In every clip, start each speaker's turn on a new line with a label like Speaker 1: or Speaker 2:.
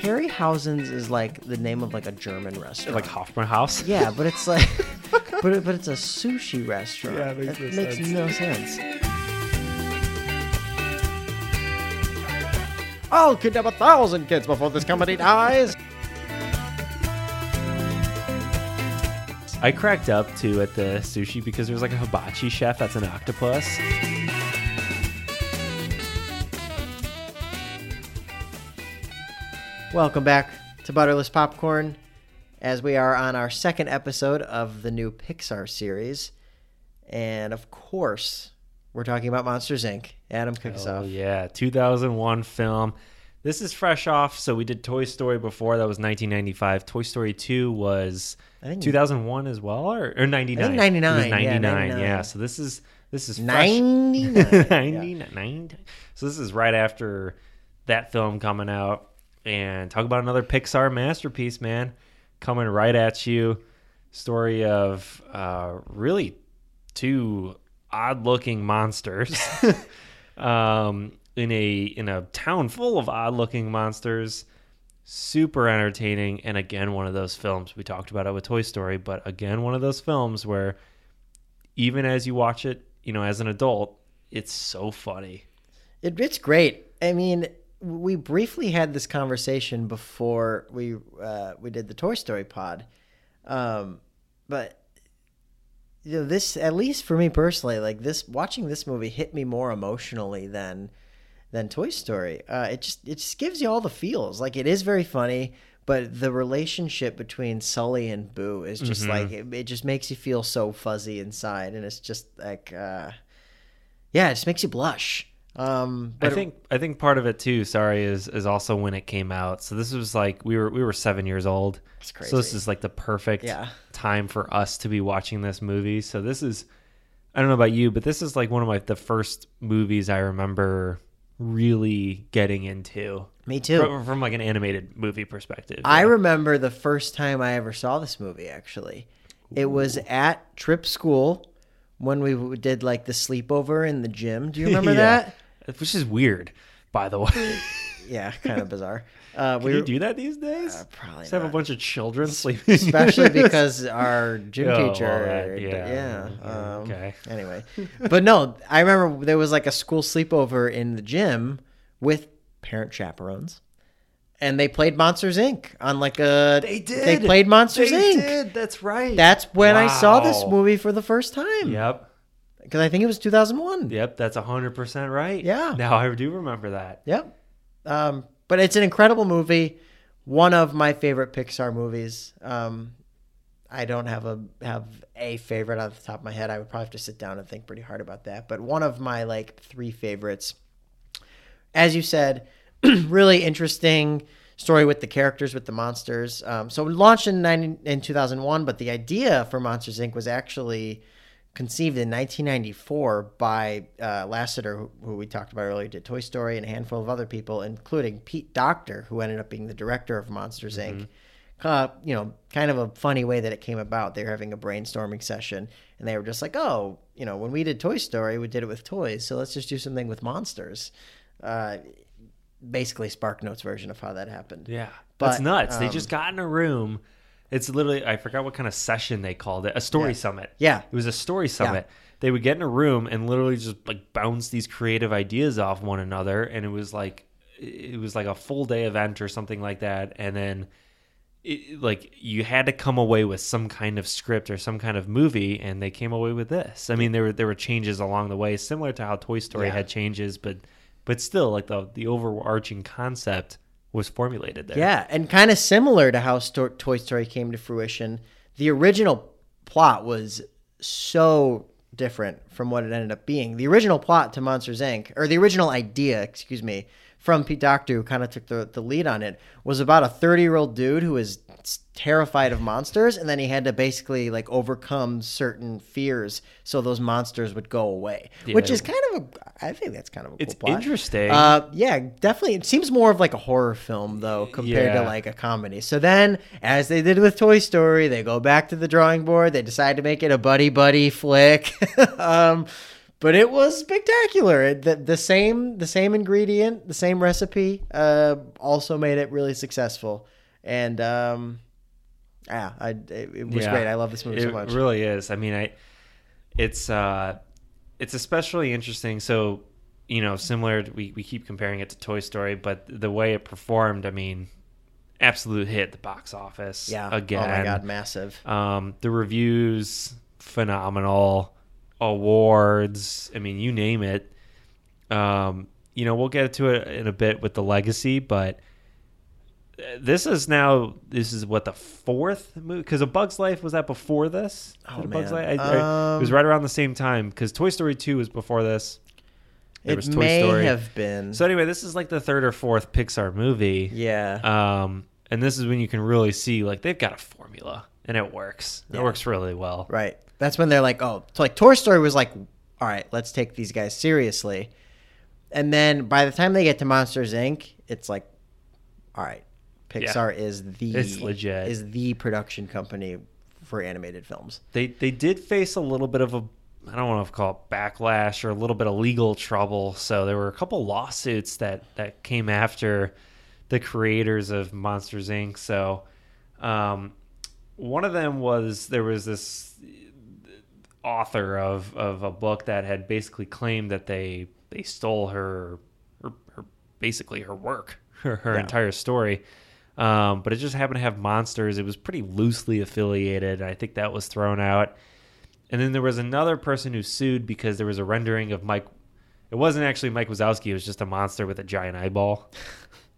Speaker 1: Harryhausen's is like the name of like a German restaurant.
Speaker 2: Like Hoffman House.
Speaker 1: yeah, but it's like, but it, but it's a sushi restaurant.
Speaker 2: Yeah, it makes
Speaker 1: That
Speaker 2: no
Speaker 1: makes
Speaker 2: sense.
Speaker 1: no sense. I'll kidnap a thousand kids before this company dies.
Speaker 2: I cracked up too at the sushi because there was like a hibachi chef that's an octopus.
Speaker 1: Welcome back to Butterless Popcorn, as we are on our second episode of the new Pixar series, and of course, we're talking about Monsters Inc. Adam, kick us
Speaker 2: Oh
Speaker 1: off.
Speaker 2: yeah, 2001 film. This is fresh off. So we did Toy Story before. That was 1995. Toy Story 2 was
Speaker 1: I think-
Speaker 2: 2001 as well, or, or 99. It was
Speaker 1: 99, yeah,
Speaker 2: 99. Yeah,
Speaker 1: 99.
Speaker 2: So this is this is fresh.
Speaker 1: Ninety-nine.
Speaker 2: 99. So this is right after that film coming out. And talk about another Pixar masterpiece, man. Coming right at you. Story of uh, really two odd looking monsters. um, in a in a town full of odd looking monsters. Super entertaining, and again one of those films we talked about it with Toy Story, but again one of those films where even as you watch it, you know, as an adult, it's so funny.
Speaker 1: It, it's great. I mean, we briefly had this conversation before we uh, we did the Toy Story pod, um, but you know, this at least for me personally, like this watching this movie hit me more emotionally than than Toy Story. Uh, it just it just gives you all the feels. Like it is very funny, but the relationship between Sully and Boo is just like it, it just makes you feel so fuzzy inside, and it's just like. Uh, yeah, it just makes you blush. Um, but
Speaker 2: I think I think part of it too, sorry, is is also when it came out. So this was like we were we were seven years old.
Speaker 1: That's
Speaker 2: So this
Speaker 1: crazy.
Speaker 2: is like the perfect
Speaker 1: Yeah.
Speaker 2: time for us to be watching this movie. So this is I don't know about you, but this is like one of my the first movies I remember really getting into.
Speaker 1: me too.
Speaker 2: From, from like an animated movie perspective.
Speaker 1: I remember the first time I ever saw this movie. Actually, it was at Trip School when we w- did like the sleepover in the gym. Do you remember
Speaker 2: Yeah.
Speaker 1: that?
Speaker 2: Which is weird, by the way.
Speaker 1: Yeah, kind of bizarre. Uh, we
Speaker 2: Do you
Speaker 1: were-
Speaker 2: do that these days?
Speaker 1: Uh, probably
Speaker 2: Just have a
Speaker 1: not.
Speaker 2: bunch of children sleeping,
Speaker 1: especially because our gym
Speaker 2: Oh, well,
Speaker 1: teacher.
Speaker 2: that- yeah.
Speaker 1: yeah, um,
Speaker 2: Okay.
Speaker 1: Anyway, but no, I remember there was like a school sleepover in the gym with parent chaperones, and they played Monsters Inc. on like a.
Speaker 2: They did.
Speaker 1: They played Monsters
Speaker 2: They
Speaker 1: Inc.
Speaker 2: did. That's right.
Speaker 1: That's when I saw this
Speaker 2: Wow.
Speaker 1: movie for the first time.
Speaker 2: Yep.
Speaker 1: Because I think it was 2001.
Speaker 2: Yep. That's hundred percent right.
Speaker 1: Yeah.
Speaker 2: Now I do remember that.
Speaker 1: Yep. Um, but it's an incredible movie. One of my favorite Pixar movies. Um, I don't have a have a favorite off the top of my head. I would probably have to sit down and think pretty hard about that. But one of my like three favorites. As you said, really interesting story with the characters, with the monsters. Um, so it launched in 90, in 2001, but the idea for Monsters Inc. was actually conceived in 1994 by uh, Lasseter, who, who we talked about earlier, did Toy Story and a handful of other people, including Pete Doctor, who ended up being the director of Monsters Inc. Uh, you know, kind of a funny way that it came about. They were having a brainstorming session, and they were just like, "Oh, you know, when we did Toy Story, we did it with toys, so let's just do something with monsters." Uh, basically, Spark Notes version of how that happened.
Speaker 2: Yeah.
Speaker 1: But,
Speaker 2: that's nuts. they
Speaker 1: um,
Speaker 2: just got in a room. It's literally I forgot what kind of session they called it. A story summit.
Speaker 1: Yeah.
Speaker 2: It was a story summit. They would get in a room and literally just like bounce these creative ideas off one another, and it was like it was like a full day event or something like that, and then. It, like you had to come away with some kind of script or some kind of movie, and they came away with this. I mean, there were there were changes along the way, similar to how Toy Story
Speaker 1: Yeah.
Speaker 2: had changes, but but still, like the the overarching concept was formulated there.
Speaker 1: Yeah, and kind of similar to how Sto- Toy Story came to fruition, the original plot was so different from what it ended up being. The original plot to Monsters Inc., or the original idea, excuse me, from Pete Doctor, who kind of took the, the lead on it, was about a 30 year old dude who was s- terrified of monsters, and then he had to basically like overcome certain fears so those monsters would go away, which is kind of a, I think that's kind of a
Speaker 2: It's
Speaker 1: cool plot.
Speaker 2: interesting.
Speaker 1: Uh, yeah, definitely. It seems more of like a horror film though, compared to
Speaker 2: Yeah.
Speaker 1: like a comedy. So then, as they did with Toy Story, they go back to the drawing board. They decide to make it a buddy buddy flick. um, but it was spectacular. It, the, the same the same ingredient, the same recipe, uh, also made it really successful. And um, yeah, I it, it was
Speaker 2: Yeah.
Speaker 1: great. I love this movie
Speaker 2: it
Speaker 1: so much.
Speaker 2: really is. I mean, I it's uh it's especially interesting. So, you know, similar to- we we keep comparing it to Toy Story, but the way it performed, I mean, absolute hit at the box office
Speaker 1: yeah.
Speaker 2: again.
Speaker 1: Oh my god, massive.
Speaker 2: Um, the reviews, phenomenal. Awards, I mean, you name it. Um, you know, we'll get to it in a bit with the legacy, but uh, this is now this is what the fourth movie because A Bug's Life was that before this?
Speaker 1: Oh,
Speaker 2: Did A Bug's
Speaker 1: man.
Speaker 2: Life? I- I- it was
Speaker 1: Um,
Speaker 2: right around the same time because Toy Story two was before this. There
Speaker 1: It
Speaker 2: was Toy
Speaker 1: may
Speaker 2: Story.
Speaker 1: have been.
Speaker 2: So anyway, this is like the third or fourth Pixar movie.
Speaker 1: yeah.
Speaker 2: Um, and this is when you can really see like they've got a formula and it works. It
Speaker 1: Yeah.
Speaker 2: works really well.
Speaker 1: Right. That's when they're like, oh, so like Toy Story was like, all right, let's take these guys seriously. And then by the time they get to Monsters Inc., it's like, all right, Pixar is the
Speaker 2: It's legit.
Speaker 1: is the production company for animated films.
Speaker 2: They they did face a little bit of a I don't want to call it backlash or a little bit of legal trouble. So there were a couple lawsuits that that came after the creators of Monsters Inc. So um, one of them was there was this author of of a book that had basically claimed that they they stole her her, her basically her work her, her
Speaker 1: Yeah.
Speaker 2: entire story um, but it just happened to have monsters it was pretty loosely affiliated i think that was thrown out and then there was another person who sued because there was a rendering of mike it wasn't actually mike wazowski it was just a monster with a giant eyeball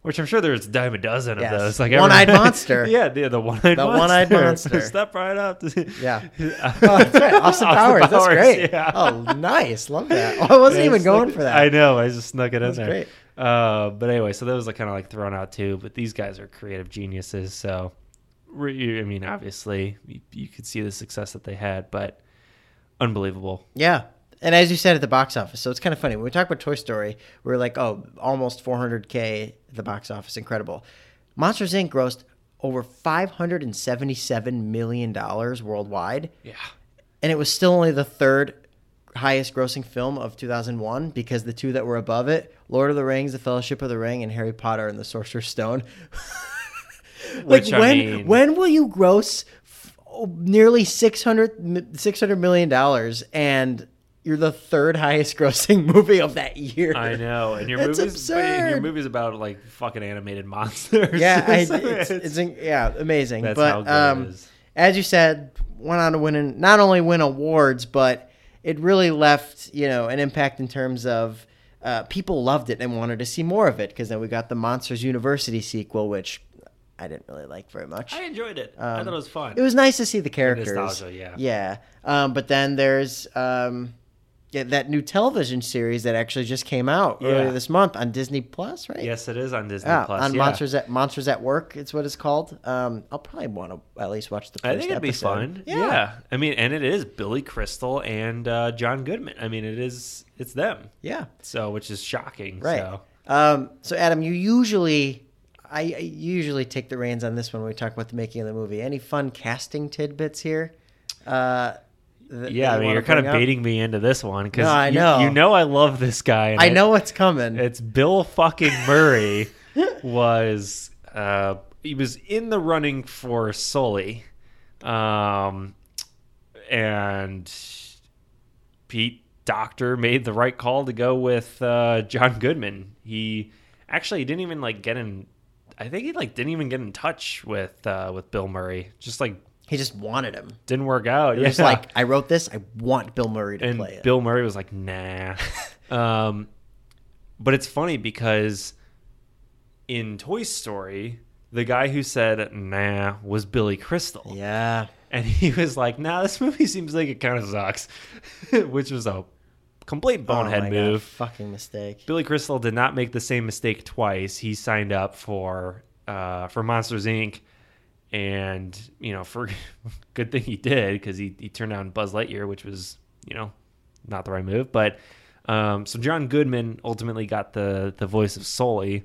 Speaker 2: which i'm sure there's a dime a dozen
Speaker 1: Yes.
Speaker 2: of those like
Speaker 1: One-eyed
Speaker 2: everyone-
Speaker 1: monster.
Speaker 2: yeah the, the one-eyed
Speaker 1: The
Speaker 2: monster.
Speaker 1: one-eyed monster.
Speaker 2: step right up
Speaker 1: Yeah. Oh,
Speaker 2: that's
Speaker 1: that's right. Austin, Powers. That's great.
Speaker 2: yeah.
Speaker 1: Oh, nice. Love that. Oh, I wasn't
Speaker 2: Yeah,
Speaker 1: even
Speaker 2: it's
Speaker 1: going
Speaker 2: like-
Speaker 1: for that.
Speaker 2: I know. I just snuck it in
Speaker 1: That's
Speaker 2: there.
Speaker 1: great.
Speaker 2: Uh, but anyway, so that was like kind of like thrown out too. But these guys are creative geniuses, so re- you- I mean, obviously, you, you could see the success that they had, but unbelievable.
Speaker 1: Yeah. And as you said at the box office, so it's kind of funny. When we talk about Toy Story, we are like, oh, almost 400K at the box office. Incredible. Monsters, Inc. grossed over $577 million worldwide.
Speaker 2: Yeah,
Speaker 1: And it was still only the third highest grossing film of 2001 because the two that were above it, Lord of the Rings, The Fellowship of the Ring, and Harry Potter and the Sorcerer's Stone. like,
Speaker 2: Which, I
Speaker 1: when,
Speaker 2: mean-
Speaker 1: when will you gross f- oh, nearly 600, mi- $600 million dollars and you're the third highest grossing movie of that year?
Speaker 2: I know. And your
Speaker 1: That's
Speaker 2: movies, but your
Speaker 1: absurd.
Speaker 2: movies about like fucking animated monsters.
Speaker 1: Yeah, I, it's,
Speaker 2: So
Speaker 1: it's, in- yeah, amazing.
Speaker 2: That's
Speaker 1: but
Speaker 2: how good it
Speaker 1: um,
Speaker 2: is.
Speaker 1: as you said, went on to win and not only win awards, but it really left you know an impact in terms of uh, people loved it and wanted to see more of it because then we got the Monsters University sequel, which I didn't really like very much.
Speaker 2: I enjoyed it. I thought it was fun.
Speaker 1: Um, It was nice to see the characters.
Speaker 2: nostalgia, yeah.
Speaker 1: Yeah. Um, but then there's um, yeah, that new television series that actually just came out
Speaker 2: Yeah.
Speaker 1: earlier this month on Disney Plus, right?
Speaker 2: yes, it is on Disney
Speaker 1: Yeah,
Speaker 2: Plus.
Speaker 1: on
Speaker 2: yeah.
Speaker 1: Monsters at Monsters at Work, it's what it's called. Um, I'll probably want to at least watch the. First
Speaker 2: I think it'd be
Speaker 1: episode.
Speaker 2: fun. Yeah. I mean, and it is Billy Crystal and uh, John Goodman. I mean, it is it's them.
Speaker 1: yeah,
Speaker 2: So, which is shocking.
Speaker 1: right.
Speaker 2: So.
Speaker 1: Um, so Adam, you usually, I, I usually take the reins on this one when we talk about the making of the movie. Any fun casting tidbits here? Uh, that- that
Speaker 2: Yeah, I
Speaker 1: you
Speaker 2: mean,
Speaker 1: wanna
Speaker 2: you're kind of
Speaker 1: bring up?
Speaker 2: baiting me into this one because
Speaker 1: No, I
Speaker 2: you,
Speaker 1: know.
Speaker 2: you know I love this guy. and
Speaker 1: I
Speaker 2: it-
Speaker 1: know what's coming.
Speaker 2: it's Bill fucking Murray was uh, he was in the running for Sully, um, and Pete Doctor made the right call to go with uh, John Goodman. He actually didn't even like get in. I think he like didn't even get in touch with uh, with Bill Murray. Just like
Speaker 1: he just wanted him.
Speaker 2: didn't work out.
Speaker 1: He was
Speaker 2: Yeah.
Speaker 1: like, I wrote this. I want Bill Murray to
Speaker 2: and
Speaker 1: play it.
Speaker 2: Bill Murray was like, "Nah." um, but it's funny because in Toy Story, the guy who said "Nah" was Billy Crystal,
Speaker 1: yeah,
Speaker 2: and he was like, "Nah, this movie seems like it kind of sucks," which was a complete bonehead
Speaker 1: Oh my God,
Speaker 2: move.
Speaker 1: fucking mistake.
Speaker 2: Billy Crystal did not make the same mistake twice. He signed up for uh, for Monsters Inc. And you know, for good thing he did because he, he turned down Buzz Lightyear, which was you know not the right move. But um, so John Goodman ultimately got the the voice of Sully,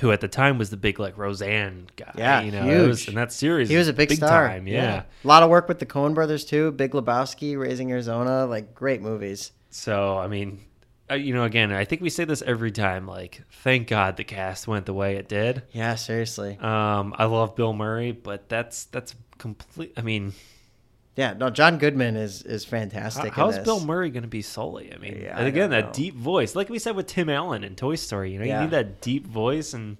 Speaker 2: who at the time was the big like Roseanne guy.
Speaker 1: Yeah,
Speaker 2: you know,
Speaker 1: huge.
Speaker 2: it was- in that series,
Speaker 1: He was a big, star.
Speaker 2: time. Yeah.
Speaker 1: A lot of work with the Coen brothers too. Big Lebowski, Raising Arizona, like great movies.
Speaker 2: So I mean, uh, you know, again, I think we say this every time. Like, thank God the cast went the way it did.
Speaker 1: Yeah, seriously.
Speaker 2: Um, I love Bill Murray, but that's that's complete. I mean,
Speaker 1: Yeah, no, John Goodman is is
Speaker 2: how-
Speaker 1: fantastic. in
Speaker 2: how's
Speaker 1: this.
Speaker 2: Bill Murray going to be Sully? I mean,
Speaker 1: Yeah, I
Speaker 2: and again,
Speaker 1: don't
Speaker 2: that
Speaker 1: know.
Speaker 2: deep voice, like we said with Tim Allen in Toy Story. You know,
Speaker 1: Yeah.
Speaker 2: you need that deep voice and.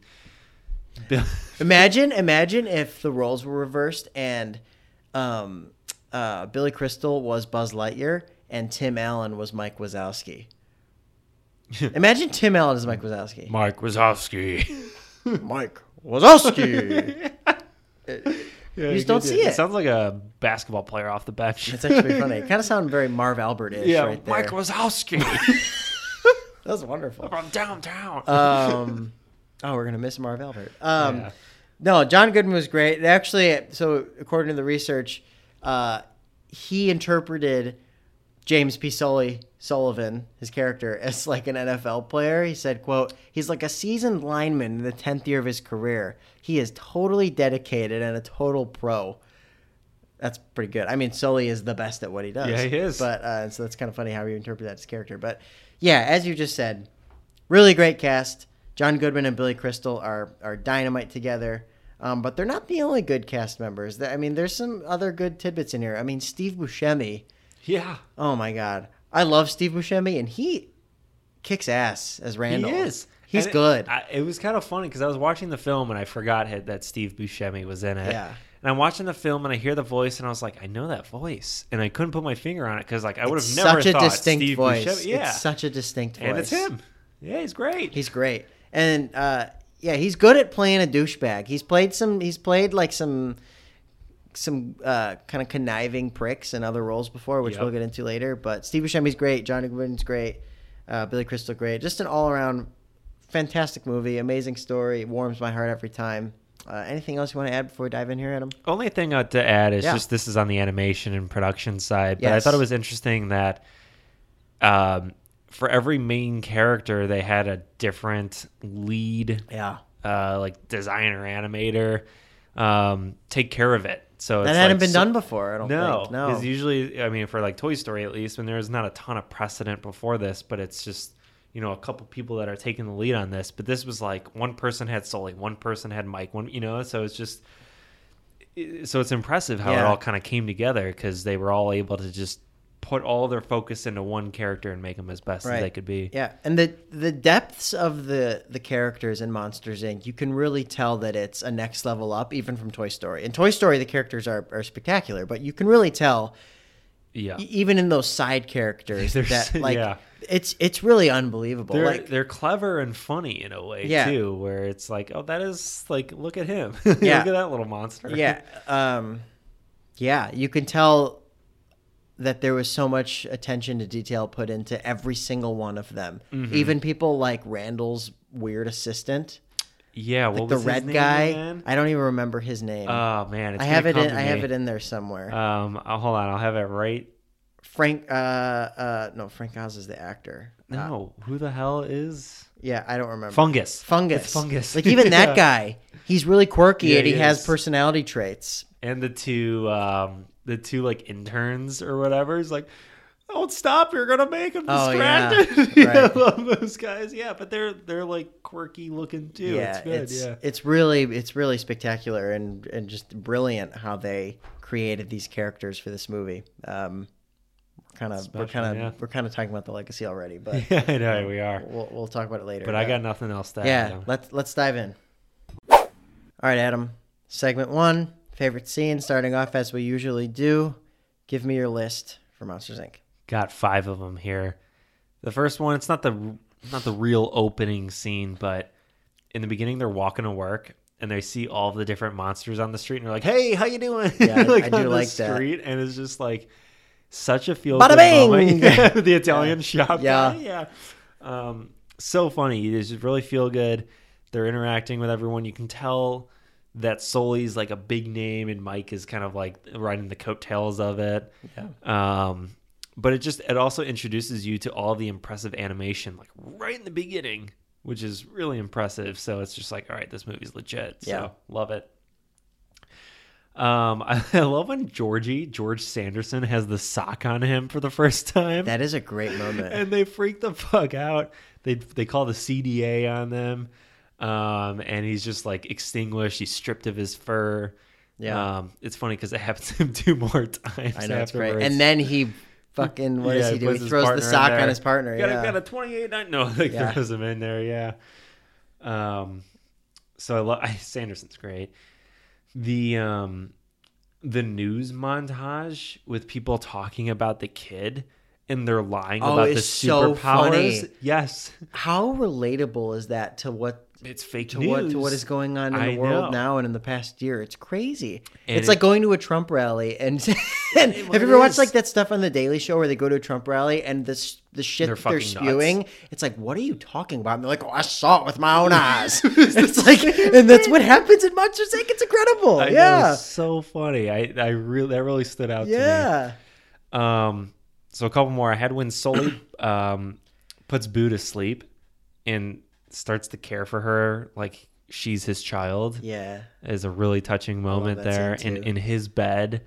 Speaker 2: Bill-
Speaker 1: Imagine, imagine if the roles were reversed and um, uh, Billy Crystal was Buzz Lightyear and Tim Allen was Mike Wazowski. Imagine Tim Allen as Mike Wazowski.
Speaker 2: Mike Wazowski.
Speaker 1: Mike Wazowski.
Speaker 2: Yeah,
Speaker 1: just don't
Speaker 2: good
Speaker 1: see
Speaker 2: dude.
Speaker 1: it.
Speaker 2: Sounds like a basketball player off the bench.
Speaker 1: That's actually funny. Kind of sound very Marv Albert-ish
Speaker 2: yeah,
Speaker 1: right there.
Speaker 2: Mike Wazowski
Speaker 1: that was wonderful.
Speaker 2: from downtown.
Speaker 1: Um, oh, we're gonna miss Marv Albert. Um,
Speaker 2: Yeah.
Speaker 1: No, John Goodman was great. It Actually, so according to the research, uh, he interpreted James P. Sully Sullivan, his character, as like an NFL player. He said, "quote He's like a seasoned lineman in the tenth year of his career. He is totally dedicated and a total pro." That's pretty good. I mean, Sully is the best at what he does.
Speaker 2: Yeah, he is.
Speaker 1: But uh, so that's kind of funny how you interpret that as character. But yeah, as you just said, really great cast. John Goodman and Billy Crystal are are dynamite together. Um, but they're not the only good cast members. There- I mean, there's some other good tidbits in here. I mean, Steve Buscemi.
Speaker 2: yeah,
Speaker 1: Oh my God, I love Steve Buscemi, and he kicks ass as Randall.
Speaker 2: He is.
Speaker 1: He's
Speaker 2: And it-
Speaker 1: good.
Speaker 2: I, it was kind of funny because I was watching the film and I forgot had, that Steve Buscemi was in it.
Speaker 1: Yeah.
Speaker 2: And I'm watching the film and I hear the voice and I was like, I know that voice, and I couldn't put my finger on it because like I would have
Speaker 1: It's
Speaker 2: never
Speaker 1: such a
Speaker 2: thought
Speaker 1: distinct
Speaker 2: Steve
Speaker 1: voice.
Speaker 2: Buscemi. Yeah.
Speaker 1: It's such a distinct voice.
Speaker 2: and it's him. Yeah, he's great.
Speaker 1: He's great, and uh, yeah, he's good at playing a douchebag. He's played some. He's played like some, some uh, kind of conniving pricks in other roles before, which
Speaker 2: Yep.
Speaker 1: we'll get into later. But Steve Buscemi's great. Johnny Goodman's great. Uh, Billy Crystal great. Just an all around fantastic movie. Amazing story. It warms my heart every time. Uh, anything else you want to add before we dive in here, Adam?
Speaker 2: Only thing uh, to add is
Speaker 1: Yeah.
Speaker 2: just this is on the animation and production side, but I
Speaker 1: Yes.
Speaker 2: thought it was interesting that um, for every main character they had a different lead
Speaker 1: Yeah,
Speaker 2: uh, like designer animator um, take care of it. So
Speaker 1: that
Speaker 2: it's
Speaker 1: hadn't
Speaker 2: like
Speaker 1: been
Speaker 2: so-
Speaker 1: done before. I don't
Speaker 2: No,
Speaker 1: think. No,
Speaker 2: It's usually I mean for like Toy Story at least, when there's not a ton of precedent before this, but it's just you know a couple people that are taking the lead on this. But this was like one person had Sully, one person had Mike, one you know, so it's just i- so it's impressive how it
Speaker 1: Yeah.
Speaker 2: all kind of came together because they were all able to just put all their focus into one character and make them as best as they could be.
Speaker 1: Yeah, and the the depths of the the characters in Monsters Inc. You can really tell that it's a next level up, even from Toy Story. In Toy Story, the characters are are spectacular, but you can really tell
Speaker 2: Yeah.
Speaker 1: e- even in those side characters
Speaker 2: There's-
Speaker 1: that like
Speaker 2: yeah.
Speaker 1: it's it's really unbelievable.
Speaker 2: They're
Speaker 1: like
Speaker 2: they're clever and funny in a way
Speaker 1: Yeah.
Speaker 2: too, where it's like, oh, that is like, look at him,
Speaker 1: Yeah.
Speaker 2: look at that little monster.
Speaker 1: yeah, um, yeah, you can tell that there was so much attention to detail put into every single one of them.
Speaker 2: Mm-hmm.
Speaker 1: Even people like Randall's weird assistant,
Speaker 2: yeah. What
Speaker 1: like
Speaker 2: was
Speaker 1: the
Speaker 2: his
Speaker 1: red
Speaker 2: name
Speaker 1: guy.
Speaker 2: again?
Speaker 1: I don't even remember his name.
Speaker 2: Oh man, it's
Speaker 1: I
Speaker 2: gonna
Speaker 1: have it.
Speaker 2: come
Speaker 1: In,
Speaker 2: to
Speaker 1: I have
Speaker 2: me.
Speaker 1: it in there somewhere.
Speaker 2: Um, I'll, hold on, I'll have it right.
Speaker 1: Frank. Uh, uh, no, Frank Oz is the actor. Uh,
Speaker 2: No, who the hell is
Speaker 1: yeah, I don't remember.
Speaker 2: fungus?
Speaker 1: fungus.
Speaker 2: It's fungus.
Speaker 1: Like even that
Speaker 2: Yeah.
Speaker 1: guy, he's really quirky
Speaker 2: Yeah,
Speaker 1: and he
Speaker 2: he
Speaker 1: has
Speaker 2: is.
Speaker 1: personality traits.
Speaker 2: and the two, um, the two like interns or whatever. He's like, don't stop, you're gonna make him
Speaker 1: Oh, yeah.
Speaker 2: distracted. yeah,
Speaker 1: Right.
Speaker 2: I love those guys. Yeah, but they're they're like quirky looking too.
Speaker 1: yeah,
Speaker 2: it's good.
Speaker 1: it's
Speaker 2: yeah.
Speaker 1: it's really it's really spectacular and and just brilliant how they created these characters for this movie. Um, kind of we're
Speaker 2: Special,
Speaker 1: kind of
Speaker 2: yeah.
Speaker 1: we're kind of talking about the legacy already, but
Speaker 2: Yeah, I know we are.
Speaker 1: we'll we'll talk about it later.
Speaker 2: But I got nothing else to add.
Speaker 1: Yeah, let's let's dive in. All right, Adam. Segment one, favorite scene. Starting off as we usually do. Give me your list for Monsters Inc.
Speaker 2: got five of them here. The first one, it's not the not the real opening scene, but in the beginning they're walking to work and they see all the different monsters on the street and they're like, "Hey, how you doing?"
Speaker 1: Yeah, I- I do
Speaker 2: on the
Speaker 1: like that.
Speaker 2: street, and it's just like such a feel
Speaker 1: Bada
Speaker 2: good
Speaker 1: bing!
Speaker 2: moment. Yeah, the Italian shop.
Speaker 1: Yeah.
Speaker 2: guy, yeah. Um, so funny. You just really feel good. They're interacting with everyone. You can tell that Sully's like a big name and Mike is kind of like riding the coattails of it. Yeah. Um, but it just it also introduces you to all the impressive animation, like right in the beginning. which is really impressive. So it's just like, all right, this movie's legit. So
Speaker 1: Yeah.
Speaker 2: love it. Um, I, love when Georgie George Sanderson has the sock on him for the first time,
Speaker 1: That is a great moment.
Speaker 2: and they freak the fuck out. They they call the CDA on them, um, and he's just like extinguished. He's stripped of his fur.
Speaker 1: Yeah.
Speaker 2: um, it's funny because it happens to him two more times.
Speaker 1: I know it's great.
Speaker 2: afterwards.
Speaker 1: And then he fucking what
Speaker 2: Yeah,
Speaker 1: does he do?
Speaker 2: puts
Speaker 1: He
Speaker 2: his
Speaker 1: throws the
Speaker 2: partner in
Speaker 1: sock
Speaker 2: there.
Speaker 1: on his partner.
Speaker 2: Got
Speaker 1: yeah.
Speaker 2: a, got a 28 nine- No, like
Speaker 1: Yeah.
Speaker 2: throws him in there. Yeah. Um, so I love Sanderson's great. The um, the news montage with people talking about the kid and they're lying
Speaker 1: Oh,
Speaker 2: about the
Speaker 1: it's so
Speaker 2: superpowers.
Speaker 1: funny.
Speaker 2: yes,
Speaker 1: How relatable is that to what
Speaker 2: it's fake
Speaker 1: to
Speaker 2: news.
Speaker 1: what to what is going on in
Speaker 2: I
Speaker 1: the world
Speaker 2: know.
Speaker 1: now and in the past year? It's crazy.
Speaker 2: And
Speaker 1: it's
Speaker 2: it-
Speaker 1: like going to a Trump rally and, and have you
Speaker 2: it
Speaker 1: ever watched
Speaker 2: is.
Speaker 1: like that stuff on the Daily Show where they go to a Trump rally and this the shit
Speaker 2: They're
Speaker 1: that they're
Speaker 2: fucking nuts.
Speaker 1: spewing? It's like what are you talking about? And they're like, oh, I saw it with my own eyes. it's like, and that's what happens in Monsters Inc. It's incredible.
Speaker 2: I know,
Speaker 1: yeah,
Speaker 2: it's so funny. I I really that really stood out to me.
Speaker 1: yeah.
Speaker 2: Um, so a couple more. I had when Sully um, puts Boo to sleep and starts to care for her like she's his child
Speaker 1: Yeah.
Speaker 2: is a really touching moment
Speaker 1: that
Speaker 2: there.
Speaker 1: scene
Speaker 2: And
Speaker 1: too.
Speaker 2: in his bed,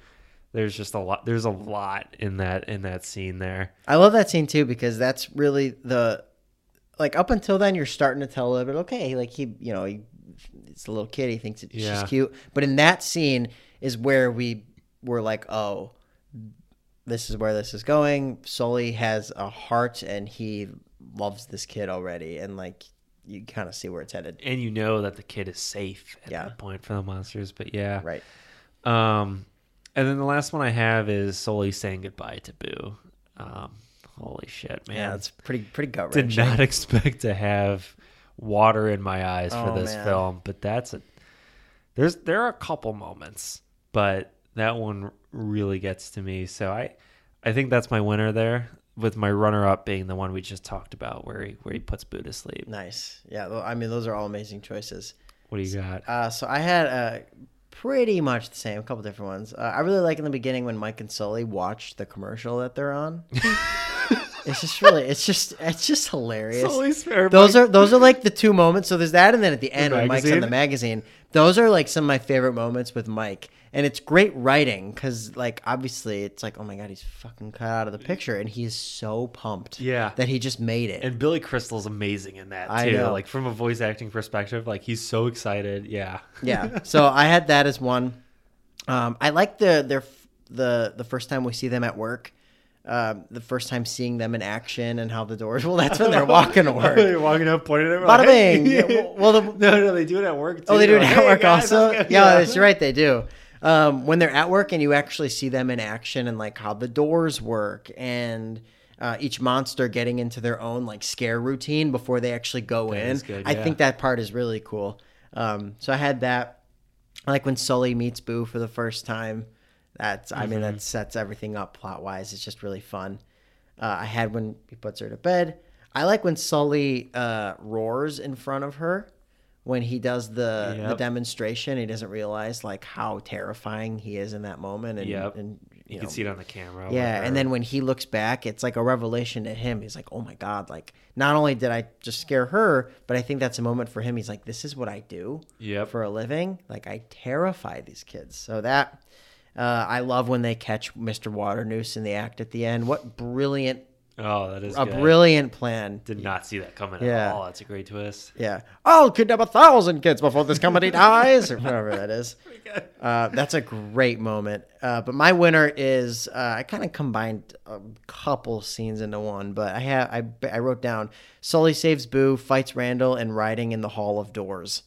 Speaker 2: there's just a lot. There's a lot in that in that scene there.
Speaker 1: I love that scene too because that's really the like up until then you're starting to tell a little bit okay like he you know he it's a little kid he thinks that
Speaker 2: Yeah.
Speaker 1: she's cute but in that scene is where we were like oh this is where this is going Sully has a heart and he loves this kid already and like you kind of see where it's headed
Speaker 2: And you know that the kid is safe at
Speaker 1: Yeah.
Speaker 2: that point for the monsters. But yeah,
Speaker 1: right
Speaker 2: Um, and then the last one I have is Sully saying goodbye to Boo. Um, holy shit, man!
Speaker 1: yeah it's pretty pretty gut
Speaker 2: did
Speaker 1: wrenching
Speaker 2: not expect to have water in my eyes for
Speaker 1: Oh,
Speaker 2: this
Speaker 1: man.
Speaker 2: film, but that's a there's there are a couple moments, but that one really gets to me. So I I think that's my winner there, with my runner up being the one we just talked about where he where he puts Boo to sleep.
Speaker 1: nice yeah well, I mean those are all amazing choices
Speaker 2: What do you got?
Speaker 1: Uh, so I had uh, pretty much the same, a couple different ones. Uh, I really like in the beginning when Mike and Sully watch the commercial that they're on. it's just really, it's just, it's just hilarious. Those are those are like the two moments. So there's that, and then at the end when Mike's in
Speaker 2: magazine?
Speaker 1: the magazine, those are like some of my favorite moments with Mike. And it's great writing because, like, obviously, it's like, oh my god, he's fucking cut out of the picture, and he is so pumped,
Speaker 2: Yeah.
Speaker 1: that he just made it.
Speaker 2: and Billy Crystal's amazing in that too.
Speaker 1: I know.
Speaker 2: Like from a voice acting perspective, like he's so excited. Yeah.
Speaker 1: yeah. So I had that as one. Um, I like the their the the first time we see them at work, um, the first time seeing them in action and how the doors. Well, that's when they're walking to work.
Speaker 2: They're walking up, pointing at
Speaker 1: Bada
Speaker 2: like,
Speaker 1: bing. Yeah, well, the-
Speaker 2: no, no, they do it at work. Too.
Speaker 1: Oh, they do it
Speaker 2: Like,
Speaker 1: at
Speaker 2: "Hey,
Speaker 1: work
Speaker 2: guys,
Speaker 1: also. Yeah,
Speaker 2: let's go."
Speaker 1: that's right. They do. Um, when they're at work and you actually see them in action and like how the doors work and. Uh, each monster getting into their own like scare routine before they actually go in.
Speaker 2: is good,
Speaker 1: I
Speaker 2: yeah.
Speaker 1: think that part is really cool. Um, so I had that. I like when Sully meets Boo for the first time. That's I
Speaker 2: Mm-hmm.
Speaker 1: mean that sets everything up plot wise. It's just really fun. Uh, I had when he puts her to bed. I like when Sully uh, roars in front of her when he does the the
Speaker 2: Yep.
Speaker 1: demonstration. He doesn't realize like how terrifying he is in that moment. And,
Speaker 2: Yep.
Speaker 1: and
Speaker 2: You
Speaker 1: know,
Speaker 2: can see it on the camera. with
Speaker 1: yeah,
Speaker 2: her.
Speaker 1: and then when he looks back, it's like a revelation to him. He's like, "Oh my god! Like, not only did I just scare her, but I think that's a moment for him. He's like, this is what I do
Speaker 2: Yep.
Speaker 1: for a living. Like, I terrify these kids. So that uh, I love when they catch Mr. Waternoose in the act at the end. What brilliant,
Speaker 2: oh, that is
Speaker 1: a
Speaker 2: good.
Speaker 1: brilliant plan!
Speaker 2: Did not see that coming at
Speaker 1: Yeah.
Speaker 2: all. That's a great twist.
Speaker 1: Yeah, I'll kidnap a thousand kids before this company dies, or whatever that is. Uh, that's a great moment. Uh, but my winner is uh, I kind of combined a couple scenes into one, but I have I, I wrote down Sully saves Boo, fights Randall, and riding in the Hall of Doors.